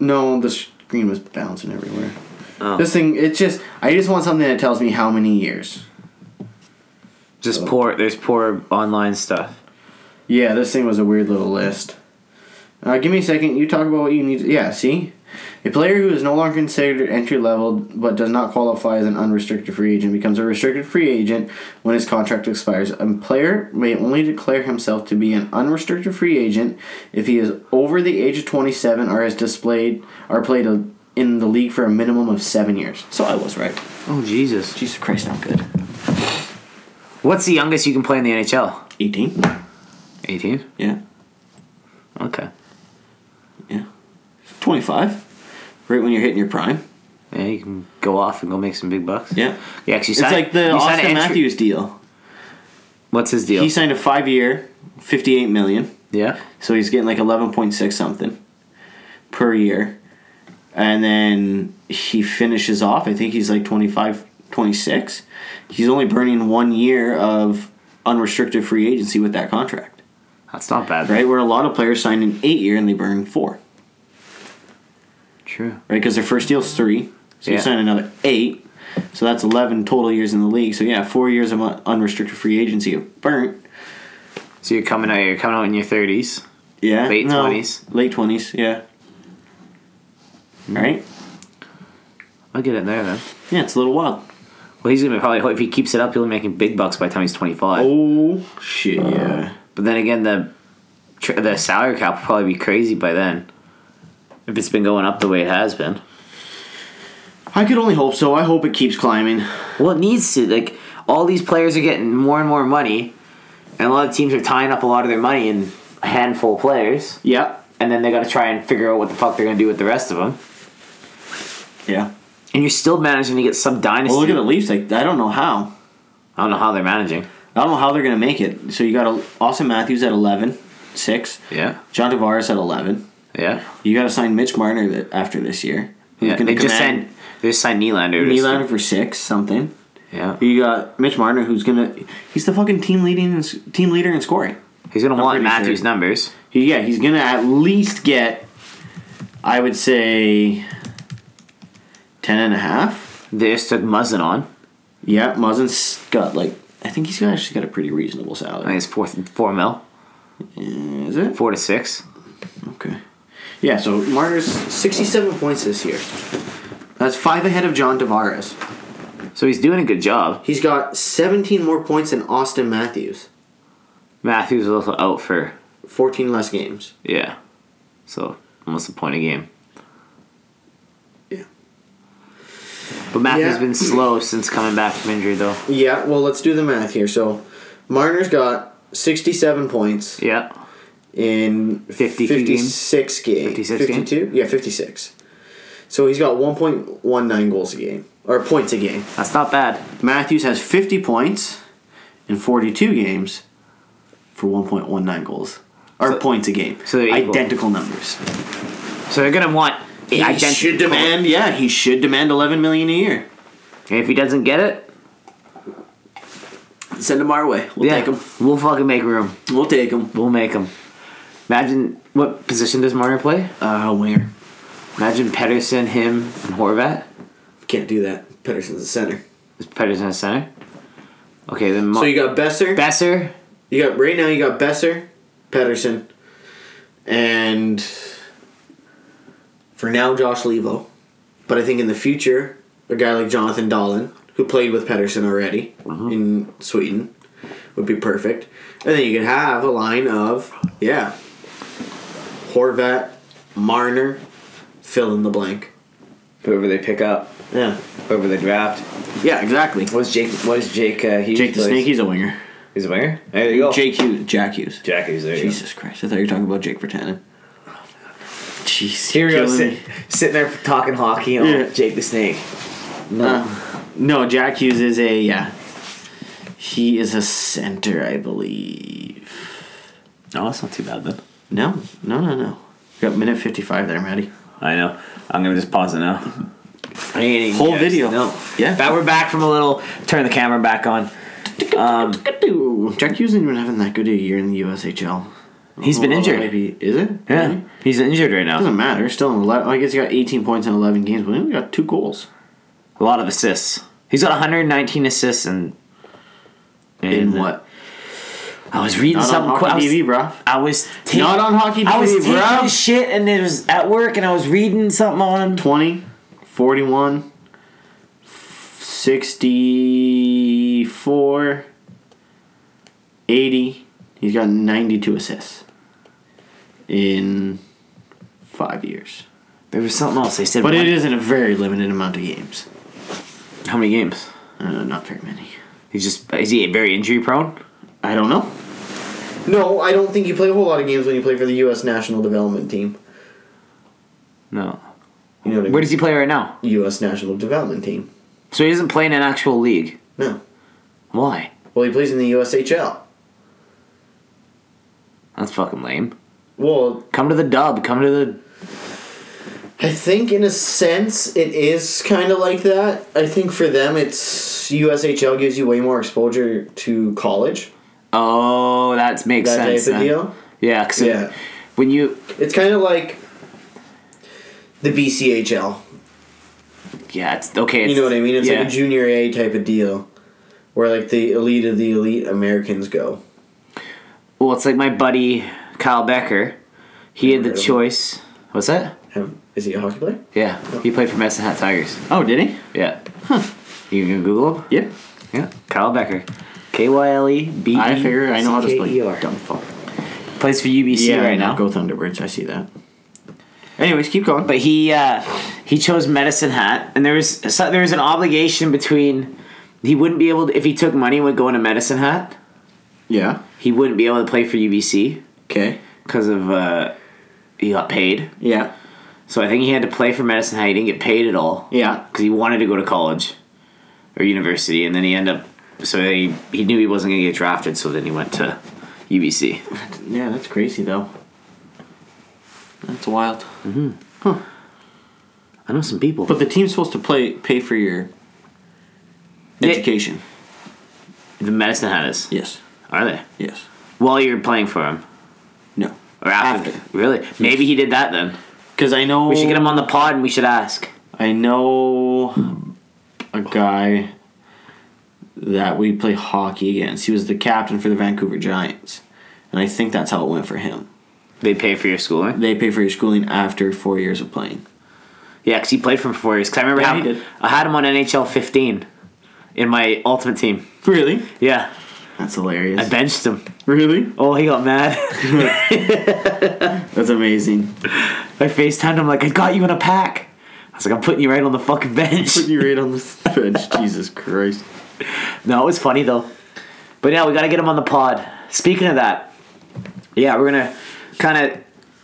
[SPEAKER 2] No, the screen was bouncing everywhere.
[SPEAKER 1] Oh.
[SPEAKER 2] This thing, it's just. I just want something that tells me how many years.
[SPEAKER 1] Just poor. There's poor online stuff.
[SPEAKER 2] Yeah, this thing was a weird little list. Uh, give me a second. You talk about what you need. yeah, see? A player who is no longer considered entry level but does not qualify as an unrestricted free agent becomes a restricted free agent when his contract expires. A player may only declare himself to be an unrestricted free agent if he is over the age of 27 or has displayed or played a, in the league for a minimum of seven years. So I was right.
[SPEAKER 1] Oh Jesus!
[SPEAKER 2] Jesus Christ, I'm good.
[SPEAKER 1] What's the youngest you can play in the NHL?
[SPEAKER 2] 18?
[SPEAKER 1] Eighteen.
[SPEAKER 2] Yeah.
[SPEAKER 1] Okay.
[SPEAKER 2] Yeah. 25? Right when you're hitting your prime?
[SPEAKER 1] Yeah, you can go off and go make some big bucks.
[SPEAKER 2] Yeah.
[SPEAKER 1] Yeah, 'cause you
[SPEAKER 2] It's
[SPEAKER 1] signed,
[SPEAKER 2] like the
[SPEAKER 1] you signed an
[SPEAKER 2] Austin
[SPEAKER 1] entry-
[SPEAKER 2] Matthews deal.
[SPEAKER 1] What's his deal?
[SPEAKER 2] He signed a five year, fifty eight million.
[SPEAKER 1] yeah.
[SPEAKER 2] So he's getting like eleven point six something per year. And then he finishes off, I think he's like 25, 26. He's only burning one year of unrestricted free agency with that contract.
[SPEAKER 1] That's not bad.
[SPEAKER 2] Right? Where a lot of players sign an eight year and they burn four.
[SPEAKER 1] True.
[SPEAKER 2] right? Because their first deal's three, so
[SPEAKER 1] Yeah.
[SPEAKER 2] you sign another eight, so that's eleven total years in the league. So yeah, four years of un- unrestricted free agency of burnt.
[SPEAKER 1] So you're coming out. You're coming out in your thirties.
[SPEAKER 2] Yeah,
[SPEAKER 1] Late
[SPEAKER 2] no,
[SPEAKER 1] 20s.
[SPEAKER 2] late twenties, yeah.
[SPEAKER 1] Hmm.
[SPEAKER 2] Right?
[SPEAKER 1] I'll get in there then.
[SPEAKER 2] Yeah, it's a little wild.
[SPEAKER 1] Well, he's gonna be probably if he keeps it up, he'll be making big bucks by the time he's twenty five.
[SPEAKER 2] Oh shit! Yeah,
[SPEAKER 1] But then again, the tr- the salary cap will probably be crazy by then. If it's been going up the way it has been,
[SPEAKER 2] I could only hope so. I hope it keeps climbing.
[SPEAKER 1] well, it needs to. Like all these players are getting more and more money, and a lot of teams are tying up a lot of their money in a handful of players,
[SPEAKER 2] Yeah,
[SPEAKER 1] and then they got to try and figure out what the fuck they're gonna do with the rest of them.
[SPEAKER 2] yeah.
[SPEAKER 1] And you're still managing to get some dynasty.
[SPEAKER 2] Well, look at the Leafs. Like I don't know how.
[SPEAKER 1] I don't know how they're managing.
[SPEAKER 2] I don't know how they're gonna make it. So you got a- Austin Matthews at 11, 6.
[SPEAKER 1] Yeah,
[SPEAKER 2] John Tavares at eleven.
[SPEAKER 1] yeah,
[SPEAKER 2] You got to sign Mitch Marner th- after this year. Who's
[SPEAKER 1] yeah.
[SPEAKER 2] gonna
[SPEAKER 1] They just
[SPEAKER 2] command-
[SPEAKER 1] signed. They just signed Nylander. to-
[SPEAKER 2] Nylander for six something.
[SPEAKER 1] Yeah,
[SPEAKER 2] You got Mitch Marner, who's gonna he's the fucking team leading in s- team leader in scoring.
[SPEAKER 1] he's gonna want
[SPEAKER 2] pretty
[SPEAKER 1] Matthews'
[SPEAKER 2] sure.
[SPEAKER 1] numbers.
[SPEAKER 2] He, yeah, he's gonna at least get, I would say, ten and a half.
[SPEAKER 1] They just took Muzzin on.
[SPEAKER 2] Yeah, Muzzin's got like I think he's got- actually got a pretty reasonable
[SPEAKER 1] I think
[SPEAKER 2] salary.
[SPEAKER 1] it's four four mil,
[SPEAKER 2] Is it
[SPEAKER 1] four to six.
[SPEAKER 2] okay? Yeah, so Marner's sixty-seven points this year. That's five ahead of John Tavares.
[SPEAKER 1] So he's doing a good job.
[SPEAKER 2] He's got seventeen more points than Austin Matthews.
[SPEAKER 1] Matthews was also out for
[SPEAKER 2] Fourteen less games.
[SPEAKER 1] yeah, so almost a point a game.
[SPEAKER 2] Yeah.
[SPEAKER 1] But Matthews has
[SPEAKER 2] Yeah.
[SPEAKER 1] been slow since coming back from injury, though.
[SPEAKER 2] Yeah, well, let's do the math here. So, Marner's got 67 points
[SPEAKER 1] Yeah,
[SPEAKER 2] in
[SPEAKER 1] 50
[SPEAKER 2] 56 games.
[SPEAKER 1] 56 game?
[SPEAKER 2] 52? Yeah, 56. So he's got 1.19 goals a game, or points a game.
[SPEAKER 1] that's not bad.
[SPEAKER 2] Matthews has 50 points in 42 games for 1.19 goals, or
[SPEAKER 1] So-
[SPEAKER 2] points a game.
[SPEAKER 1] so they're equal.
[SPEAKER 2] Identical numbers.
[SPEAKER 1] So they're gonna want.
[SPEAKER 2] He
[SPEAKER 1] identical-
[SPEAKER 2] should demand, yeah, he should demand 11 million a year.
[SPEAKER 1] And if he doesn't get it,
[SPEAKER 2] Send him our way. We'll
[SPEAKER 1] yeah,
[SPEAKER 2] take him.
[SPEAKER 1] we'll fucking make room.
[SPEAKER 2] We'll take him.
[SPEAKER 1] We'll make him. Imagine what position does Marner play?
[SPEAKER 2] Uh, winger.
[SPEAKER 1] Imagine Pedersen, him, and Horvat.
[SPEAKER 2] Can't do that. Pedersen's the center.
[SPEAKER 1] Is Pedersen a center? Okay, then Mar-
[SPEAKER 2] So you got Besser.
[SPEAKER 1] Besser.
[SPEAKER 2] You got right now. You got Besser, Pedersen, and for now Josh Levo. But I think in the future, a guy like Jonathan Dahlin, who played with Pedersen already in Sweden, would be perfect. And then you could have a line of yeah, Horvat, Marner, fill in the blank.
[SPEAKER 1] Whoever they pick up,
[SPEAKER 2] Yeah.
[SPEAKER 1] whoever they draft.
[SPEAKER 2] Yeah. Exactly.
[SPEAKER 1] What's Jake? What's Jake? Uh, Hughes
[SPEAKER 2] Jake the
[SPEAKER 1] plays?
[SPEAKER 2] Snake. He's a winger.
[SPEAKER 1] He's a winger. There you go.
[SPEAKER 2] Jake Hughes. Jack Hughes.
[SPEAKER 1] Jack Hughes. There you go.
[SPEAKER 2] Jesus Christ! I thought you were talking about Jake Vertanen. Jeez,
[SPEAKER 1] Here we go,
[SPEAKER 2] killing
[SPEAKER 1] sit,
[SPEAKER 2] me.
[SPEAKER 1] sitting there talking hockey. And
[SPEAKER 2] Yeah.
[SPEAKER 1] Jake the Snake.
[SPEAKER 2] Uh, no, Jack Hughes is a yeah. He is a center, I believe.
[SPEAKER 1] No, that's not too bad then.
[SPEAKER 2] No, no, no, no. We got minute fifty-five there, Maddie.
[SPEAKER 1] I know. I'm gonna just pause it now. I ain't even
[SPEAKER 2] Whole
[SPEAKER 1] guessed.
[SPEAKER 2] video.
[SPEAKER 1] No.
[SPEAKER 2] Yeah.
[SPEAKER 1] That we're back from a little. Turn the camera back on. Um,
[SPEAKER 2] Jack Hughes isn't even having that good a year in the USHL.
[SPEAKER 1] He's been
[SPEAKER 2] Although
[SPEAKER 1] injured.
[SPEAKER 2] Maybe is it?
[SPEAKER 1] yeah.
[SPEAKER 2] Really?
[SPEAKER 1] Mm-hmm. He's injured right now.
[SPEAKER 2] Doesn't matter. Still in eleven. I guess he got eighteen points in eleven games, but he only got two goals
[SPEAKER 1] A lot of assists. He's got 119 assists and.
[SPEAKER 2] in what?
[SPEAKER 1] I was reading
[SPEAKER 2] Not
[SPEAKER 1] something.
[SPEAKER 2] on
[SPEAKER 1] quick. I
[SPEAKER 2] hockey
[SPEAKER 1] was,
[SPEAKER 2] TV, bro.
[SPEAKER 1] I was taking,
[SPEAKER 2] Not on hockey
[SPEAKER 1] I was
[SPEAKER 2] TV,
[SPEAKER 1] taking
[SPEAKER 2] bro.
[SPEAKER 1] a shit, and it was at work, and I was reading something on.
[SPEAKER 2] 20, 41, 64, 80. He's got 92 assists in five years.
[SPEAKER 1] There was something else they said.
[SPEAKER 2] But
[SPEAKER 1] one-
[SPEAKER 2] it is in a very limited amount of games.
[SPEAKER 1] how many games?
[SPEAKER 2] Uh, not very many.
[SPEAKER 1] He's just is he very injury prone?
[SPEAKER 2] I don't know.
[SPEAKER 3] No, I don't think you play a whole lot of games when you play for the U.S. national development team.
[SPEAKER 1] No.
[SPEAKER 3] You know what I mean?
[SPEAKER 1] Where does he play right now?
[SPEAKER 3] U.S. national development team.
[SPEAKER 1] So he doesn't play in an actual league.
[SPEAKER 3] No.
[SPEAKER 1] Why?
[SPEAKER 3] Well, he plays in the USHL.
[SPEAKER 1] That's fucking lame.
[SPEAKER 3] Well,
[SPEAKER 1] Come to the dub. Come to the.
[SPEAKER 3] I think in a sense it is kind of like that. I think for them, it's USHL gives you way more exposure to college.
[SPEAKER 1] Oh, that makes
[SPEAKER 3] That
[SPEAKER 1] sense.
[SPEAKER 3] type of
[SPEAKER 1] then.
[SPEAKER 3] deal.
[SPEAKER 1] Yeah, 'cause
[SPEAKER 3] Yeah.
[SPEAKER 1] when you
[SPEAKER 3] It's kind of like the BCHL.
[SPEAKER 1] yeah, it's okay. It's,
[SPEAKER 3] You know what I mean? It's
[SPEAKER 1] yeah.
[SPEAKER 3] like a junior A type of deal, where like the elite of the elite Americans go.
[SPEAKER 1] well, it's like my buddy Kyle Becker. He had the
[SPEAKER 3] Incredible.
[SPEAKER 1] choice. What's that?
[SPEAKER 3] Have, is he a hockey player?
[SPEAKER 1] Yeah, he played for Medicine Hat Tigers.
[SPEAKER 2] Oh, did he?
[SPEAKER 1] Yeah. You gonna Google him?
[SPEAKER 2] Yeah.
[SPEAKER 1] Yeah. Kyle Becker. K Y L E B.
[SPEAKER 2] I figure I know how to spell
[SPEAKER 1] E-C-K-E-R.
[SPEAKER 2] dumb fuck.
[SPEAKER 1] Plays for UBC right now.
[SPEAKER 2] Go Thunderbirds. I see that. Anyways, keep going.
[SPEAKER 1] But he uh, he chose Medicine Hat, and there was so there was an obligation between he wouldn't be able to, if he took money would go into Medicine Hat.
[SPEAKER 2] yeah.
[SPEAKER 1] He wouldn't be able to play for UBC
[SPEAKER 2] Okay.
[SPEAKER 1] because of uh, he got paid.
[SPEAKER 2] Yeah.
[SPEAKER 1] So I think he had to play for Medicine Hat. He didn't get paid at all.
[SPEAKER 2] Yeah.
[SPEAKER 1] because he wanted to go to college or university, and then he ended up. So he, he knew he wasn't going to get drafted, so then he went to UBC.
[SPEAKER 2] Yeah, that's crazy though. That's wild.
[SPEAKER 1] I know some people.
[SPEAKER 2] But the team's supposed to play pay for your
[SPEAKER 1] Yeah.
[SPEAKER 2] education.
[SPEAKER 1] the medicine hat is.
[SPEAKER 2] Yes.
[SPEAKER 1] Are they?
[SPEAKER 2] Yes.
[SPEAKER 1] While you're playing for him.
[SPEAKER 2] No.
[SPEAKER 1] Or after.
[SPEAKER 2] After.
[SPEAKER 1] Really? Maybe he did that then.
[SPEAKER 2] Because I know
[SPEAKER 1] We should get him on the pod and we should ask.
[SPEAKER 2] I know a guy that we play hockey against. He was the captain for the Vancouver Giants, and I think that's how it went for him.
[SPEAKER 1] They pay for your schooling?
[SPEAKER 2] They pay for your schooling after four years of playing.
[SPEAKER 1] Yeah, because he played for him for four years. Because I remember
[SPEAKER 2] Yeah,
[SPEAKER 1] how
[SPEAKER 2] he did.
[SPEAKER 1] I had him on NHL 15 in my ultimate team.
[SPEAKER 2] Really?
[SPEAKER 1] Yeah.
[SPEAKER 2] That's
[SPEAKER 1] I
[SPEAKER 2] hilarious.
[SPEAKER 1] benched him.
[SPEAKER 2] Really?
[SPEAKER 1] Oh, he got mad.
[SPEAKER 2] That's amazing.
[SPEAKER 1] I FaceTimed him like, I got you in a pack. I was like, I'm putting you right on the fucking bench.
[SPEAKER 2] Put you right on the bench. Jesus Christ.
[SPEAKER 1] No, it was funny though. But yeah, we got to get him on the pod. Speaking of that, yeah, we're gonna kind of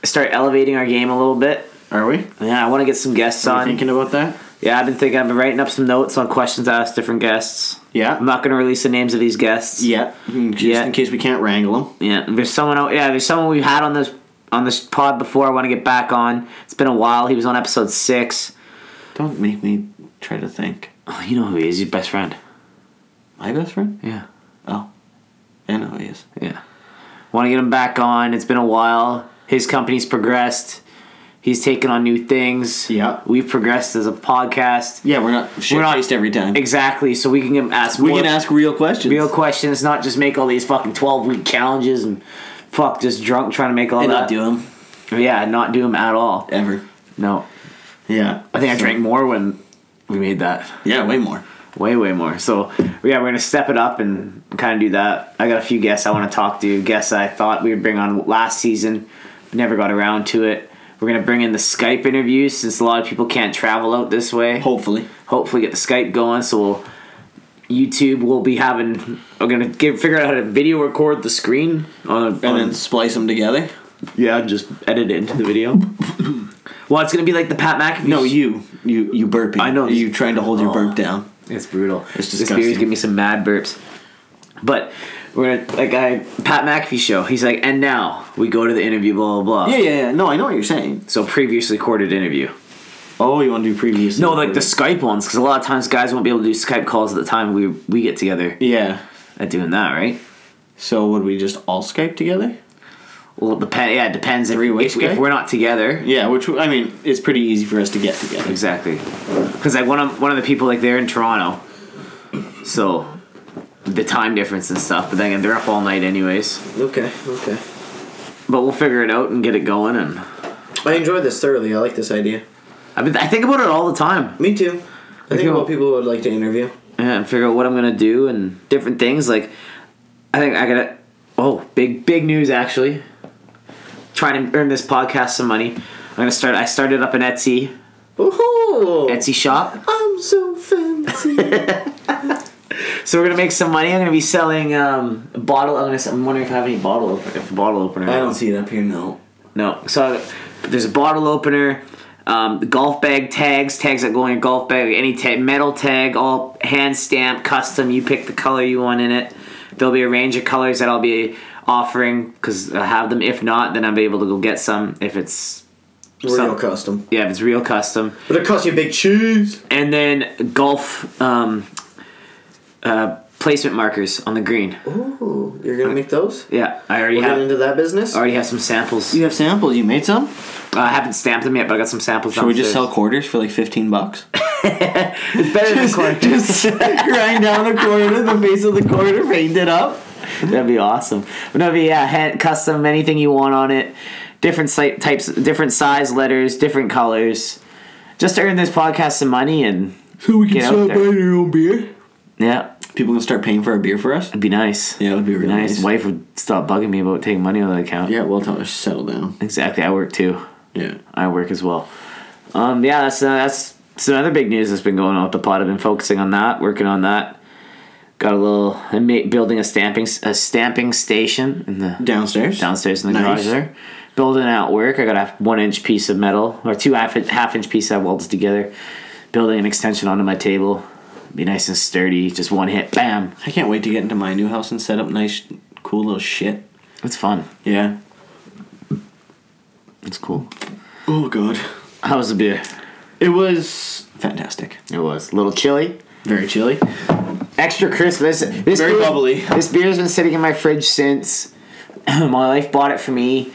[SPEAKER 1] start elevating our game a little bit.
[SPEAKER 2] Are we?
[SPEAKER 1] Yeah, I want to get some guests
[SPEAKER 2] Are you
[SPEAKER 1] on.
[SPEAKER 2] thinking about that?
[SPEAKER 1] Yeah, I've been thinking. I've been writing up some notes on questions I asked different guests.
[SPEAKER 2] Yeah.
[SPEAKER 1] I'm not gonna release the names of these guests.
[SPEAKER 2] Yeah, Hmm, just
[SPEAKER 1] Yeah.
[SPEAKER 2] in case we can't wrangle them.
[SPEAKER 1] yeah. There's someone. out- Yeah, there's someone we've had on this on this pod before. I want to get back on. It's been a while. He was on episode six.
[SPEAKER 2] Don't make me try to think.
[SPEAKER 1] Oh, you know who he is. His best friend.
[SPEAKER 2] My best friend?
[SPEAKER 1] Yeah.
[SPEAKER 2] Oh, I know he is.
[SPEAKER 1] Yeah. Want to get him back on. It's been a while. His company's progressed. He's taken on new things.
[SPEAKER 2] Yeah.
[SPEAKER 1] We've progressed as a podcast.
[SPEAKER 2] Yeah, we're not shit faced every time.
[SPEAKER 1] Exactly. So we can get- ask
[SPEAKER 2] we
[SPEAKER 1] more
[SPEAKER 2] can ask real questions.
[SPEAKER 1] real questions, not just make all these fucking 12 week challenges and fuck, just drunk trying to make all
[SPEAKER 2] and
[SPEAKER 1] that.
[SPEAKER 2] not do them
[SPEAKER 1] Yeah, not do them at all.
[SPEAKER 2] ever.
[SPEAKER 1] No.
[SPEAKER 2] Yeah,
[SPEAKER 1] I think I
[SPEAKER 2] So-
[SPEAKER 1] drank more when we made that.
[SPEAKER 2] Yeah, way more.
[SPEAKER 1] Way, way more. So, yeah, we're going to step it up and kind of do that. I got a few guests I want to talk to, guests I thought we would bring on last season, never got around to it. We're going to bring in the Skype interviews since a lot of people can't travel out this way.
[SPEAKER 2] Hopefully,
[SPEAKER 1] Hopefully, get the Skype going. So, we'll, YouTube will be having, we're going to give, figure out how to video record the screen on,
[SPEAKER 2] and
[SPEAKER 1] on
[SPEAKER 2] then splice them together.
[SPEAKER 1] yeah, just edit it into the video. well, it's going to be like the Pat McAfee.
[SPEAKER 2] No, you, you, you burping.
[SPEAKER 1] I know.
[SPEAKER 2] you trying to hold your burp down.
[SPEAKER 1] It's brutal.
[SPEAKER 2] It's
[SPEAKER 1] This beer's
[SPEAKER 2] disgusting.
[SPEAKER 1] giving me some mad burps. But we're gonna like I Pat McAfee show. He's like, and now we go to the interview, blah blah blah.
[SPEAKER 2] Yeah, yeah, yeah. No, I know what you're saying.
[SPEAKER 1] So previously recorded interview.
[SPEAKER 2] Oh, you want to do previews?
[SPEAKER 1] No, like the Skype ones, because a lot of times guys won't be able to do Skype calls at the time we we get together
[SPEAKER 2] Yeah.
[SPEAKER 1] at doing that, right?
[SPEAKER 2] So would we just all Skype together?
[SPEAKER 1] Well, it depend. Yeah, it depends if,
[SPEAKER 2] Three-way
[SPEAKER 1] if, if
[SPEAKER 2] Skype?
[SPEAKER 1] we're not together.
[SPEAKER 2] Yeah, which I mean, it's pretty easy for us to get together.
[SPEAKER 1] Exactly. Because like one of one of the people like they're in Toronto, so the time difference and stuff. But then again, they're up all night anyways.
[SPEAKER 3] Okay, okay.
[SPEAKER 1] But we'll figure it out and get it going. And
[SPEAKER 3] I enjoy this thoroughly. I like this idea.
[SPEAKER 1] I mean, I think about it all the time.
[SPEAKER 3] Me too. I think
[SPEAKER 1] Okay,
[SPEAKER 3] about
[SPEAKER 1] well-
[SPEAKER 3] people would like to interview.
[SPEAKER 1] Yeah, and figure out what I'm gonna do and different things. Like, I think I gotta. Oh, big big news actually. Trying to earn this podcast some money. I'm gonna start. I started up an Etsy
[SPEAKER 3] Ooh,
[SPEAKER 1] Etsy shop,
[SPEAKER 3] I'm so fancy.
[SPEAKER 1] so we're gonna make some money. I'm gonna be selling um, a bottle. I'm gonna. s- I'm wondering if I have any bottle op- if a bottle opener.
[SPEAKER 3] I don't see it up here. No.
[SPEAKER 1] No. So there's a bottle opener, um, the golf bag tags, tags that go in your golf bag, any tag, metal tag, all hand stamped, custom. You pick the color you want in it. There'll be a range of colors that I'll be offering because I have them. If not, then I'll be able to go get some. If it's
[SPEAKER 3] Real
[SPEAKER 1] Some-
[SPEAKER 3] custom.
[SPEAKER 1] yeah, if it's real custom,
[SPEAKER 3] But it costs you big cheese.
[SPEAKER 1] and then golf um, uh, placement markers on the green.
[SPEAKER 3] Ooh, you're gonna make those?
[SPEAKER 1] Yeah, I already
[SPEAKER 3] Get
[SPEAKER 1] have.
[SPEAKER 3] into that business?
[SPEAKER 1] I already have some samples.
[SPEAKER 2] You have samples. You made some.
[SPEAKER 1] Uh, I haven't stamped them yet, but I got some samples.
[SPEAKER 2] Should we just sell
[SPEAKER 1] downstairs.
[SPEAKER 2] quarters for like fifteen bucks?
[SPEAKER 1] It's better than corn.
[SPEAKER 2] just grind down a quarter to the face of the quarter, paint it up.
[SPEAKER 1] That'd be awesome. But no, but yeah, hand, custom anything you want on it. Different si- types, different size letters, different colors, just to earn this podcast some money and
[SPEAKER 2] So we can
[SPEAKER 1] Get out start there. buying
[SPEAKER 2] our own beer.
[SPEAKER 1] yeah,
[SPEAKER 2] People can start paying for our beer for us.
[SPEAKER 1] it'd be nice.
[SPEAKER 2] Yeah, it would be really
[SPEAKER 1] nice.
[SPEAKER 2] nice.
[SPEAKER 1] Wife would stop bugging me about taking money out of the account.
[SPEAKER 2] Yeah, well, tell us settle down.
[SPEAKER 1] Exactly. I work too.
[SPEAKER 2] Yeah.
[SPEAKER 1] I work as well. Um, yeah, that's uh, that's it's another big news that's been going on with the pod. I've been focusing on that, working on that. Got a little I'm ma- building a stamping s- a stamping station in the
[SPEAKER 2] Downstairs.
[SPEAKER 1] downstairs in the
[SPEAKER 2] Nice.
[SPEAKER 1] garage there. Building out work. I got a one inch piece of metal or two half, half inch piece that welds together. Building an extension onto my table. Be nice and sturdy. Just one hit, bam.
[SPEAKER 2] I can't wait to get into my new house and set up nice, cool little shit.
[SPEAKER 1] It's fun.
[SPEAKER 2] Yeah.
[SPEAKER 1] It's cool.
[SPEAKER 2] Oh god.
[SPEAKER 1] How was the beer?
[SPEAKER 2] It was fantastic.
[SPEAKER 1] It was a little chilly.
[SPEAKER 2] Very chilly.
[SPEAKER 1] Extra crisp. This, this
[SPEAKER 2] Very
[SPEAKER 1] beer,
[SPEAKER 2] bubbly.
[SPEAKER 1] This beer has been sitting in my fridge since my wife bought it for me.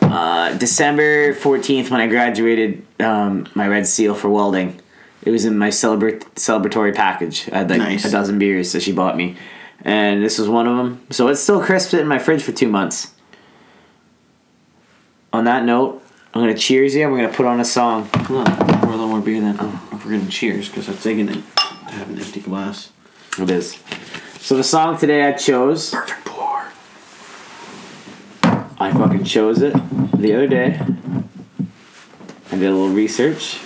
[SPEAKER 1] Uh, December 14th, when I graduated um, my Red Seal for welding, it was in my celebra- celebratory package. I had like
[SPEAKER 2] Nice.
[SPEAKER 1] a dozen beers that she bought me, and this was one of them. So it's still crisp in my fridge for two months. On that note, I'm gonna cheers you. and We're gonna put on a song.
[SPEAKER 2] Come on, pour a little more beer then. If we're gonna cheers, because I'm thinking it. I have an empty glass.
[SPEAKER 1] It is. So the song today I chose.
[SPEAKER 2] Perfect pour.
[SPEAKER 1] I fucking chose it the other day. I did a little research.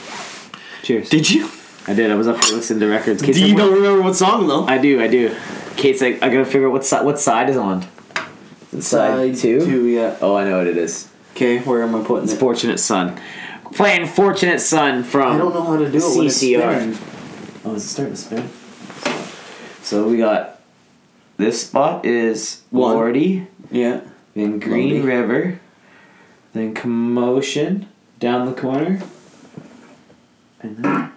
[SPEAKER 1] Cheers.
[SPEAKER 2] Did you?
[SPEAKER 1] I did. I was up to listen to records. Kate's like,
[SPEAKER 2] you
[SPEAKER 1] "What-"
[SPEAKER 2] don't remember what song though?
[SPEAKER 1] I do. I do. Kate's like, I gotta figure out what side what side is on. Side two?
[SPEAKER 2] Two, yeah.
[SPEAKER 1] Oh, I know what it is.
[SPEAKER 2] Okay, where am I putting
[SPEAKER 1] It's
[SPEAKER 2] it?
[SPEAKER 1] Fortunate Son. Playing Fortunate Son from.
[SPEAKER 2] I don't know how to do it. When it's
[SPEAKER 1] CCR.
[SPEAKER 2] spinning.
[SPEAKER 1] Oh, is it starting to spin? So we got this spot is
[SPEAKER 2] One.
[SPEAKER 1] Lordy,
[SPEAKER 2] Yeah.
[SPEAKER 1] then Green
[SPEAKER 2] Lordy.
[SPEAKER 1] River, then Commotion down the corner, and then.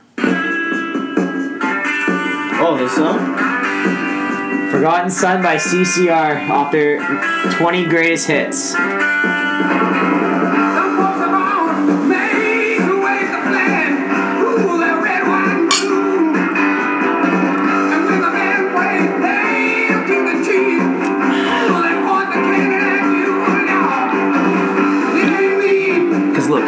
[SPEAKER 2] Oh, this song?
[SPEAKER 1] Forgotten Son by CCR off their 20 greatest hits. Cause look,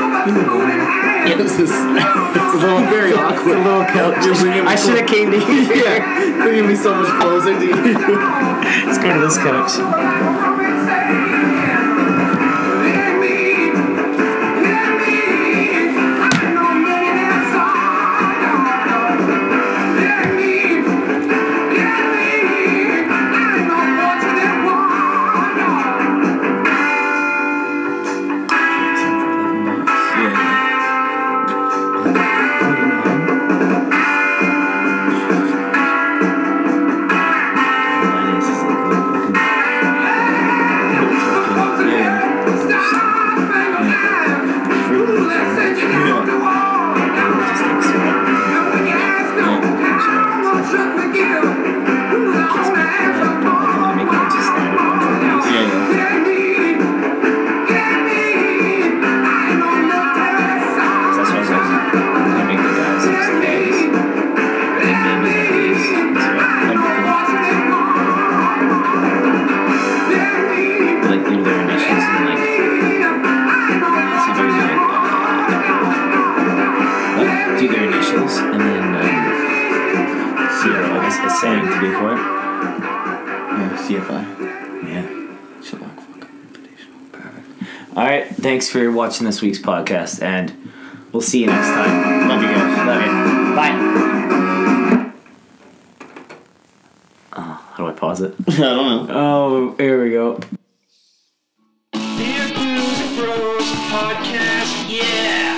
[SPEAKER 4] Yeah,
[SPEAKER 2] this is.
[SPEAKER 1] it's a
[SPEAKER 2] Oh,
[SPEAKER 1] little very awkward. It's a little couch. I should have came to you. yeah,
[SPEAKER 2] There's gonna be so much closer to you.
[SPEAKER 1] let's go to this couch.
[SPEAKER 2] Yeah. Yeah.
[SPEAKER 4] Yeah.
[SPEAKER 1] um, All right. Thanks for watching this week's podcast, and we'll see you next time.
[SPEAKER 2] Love you guys.
[SPEAKER 1] Love you. Bye. Uh, how do I pause it?
[SPEAKER 2] I don't know.
[SPEAKER 1] Oh, here we go.
[SPEAKER 5] Beer Blues Bros Podcast, yeah!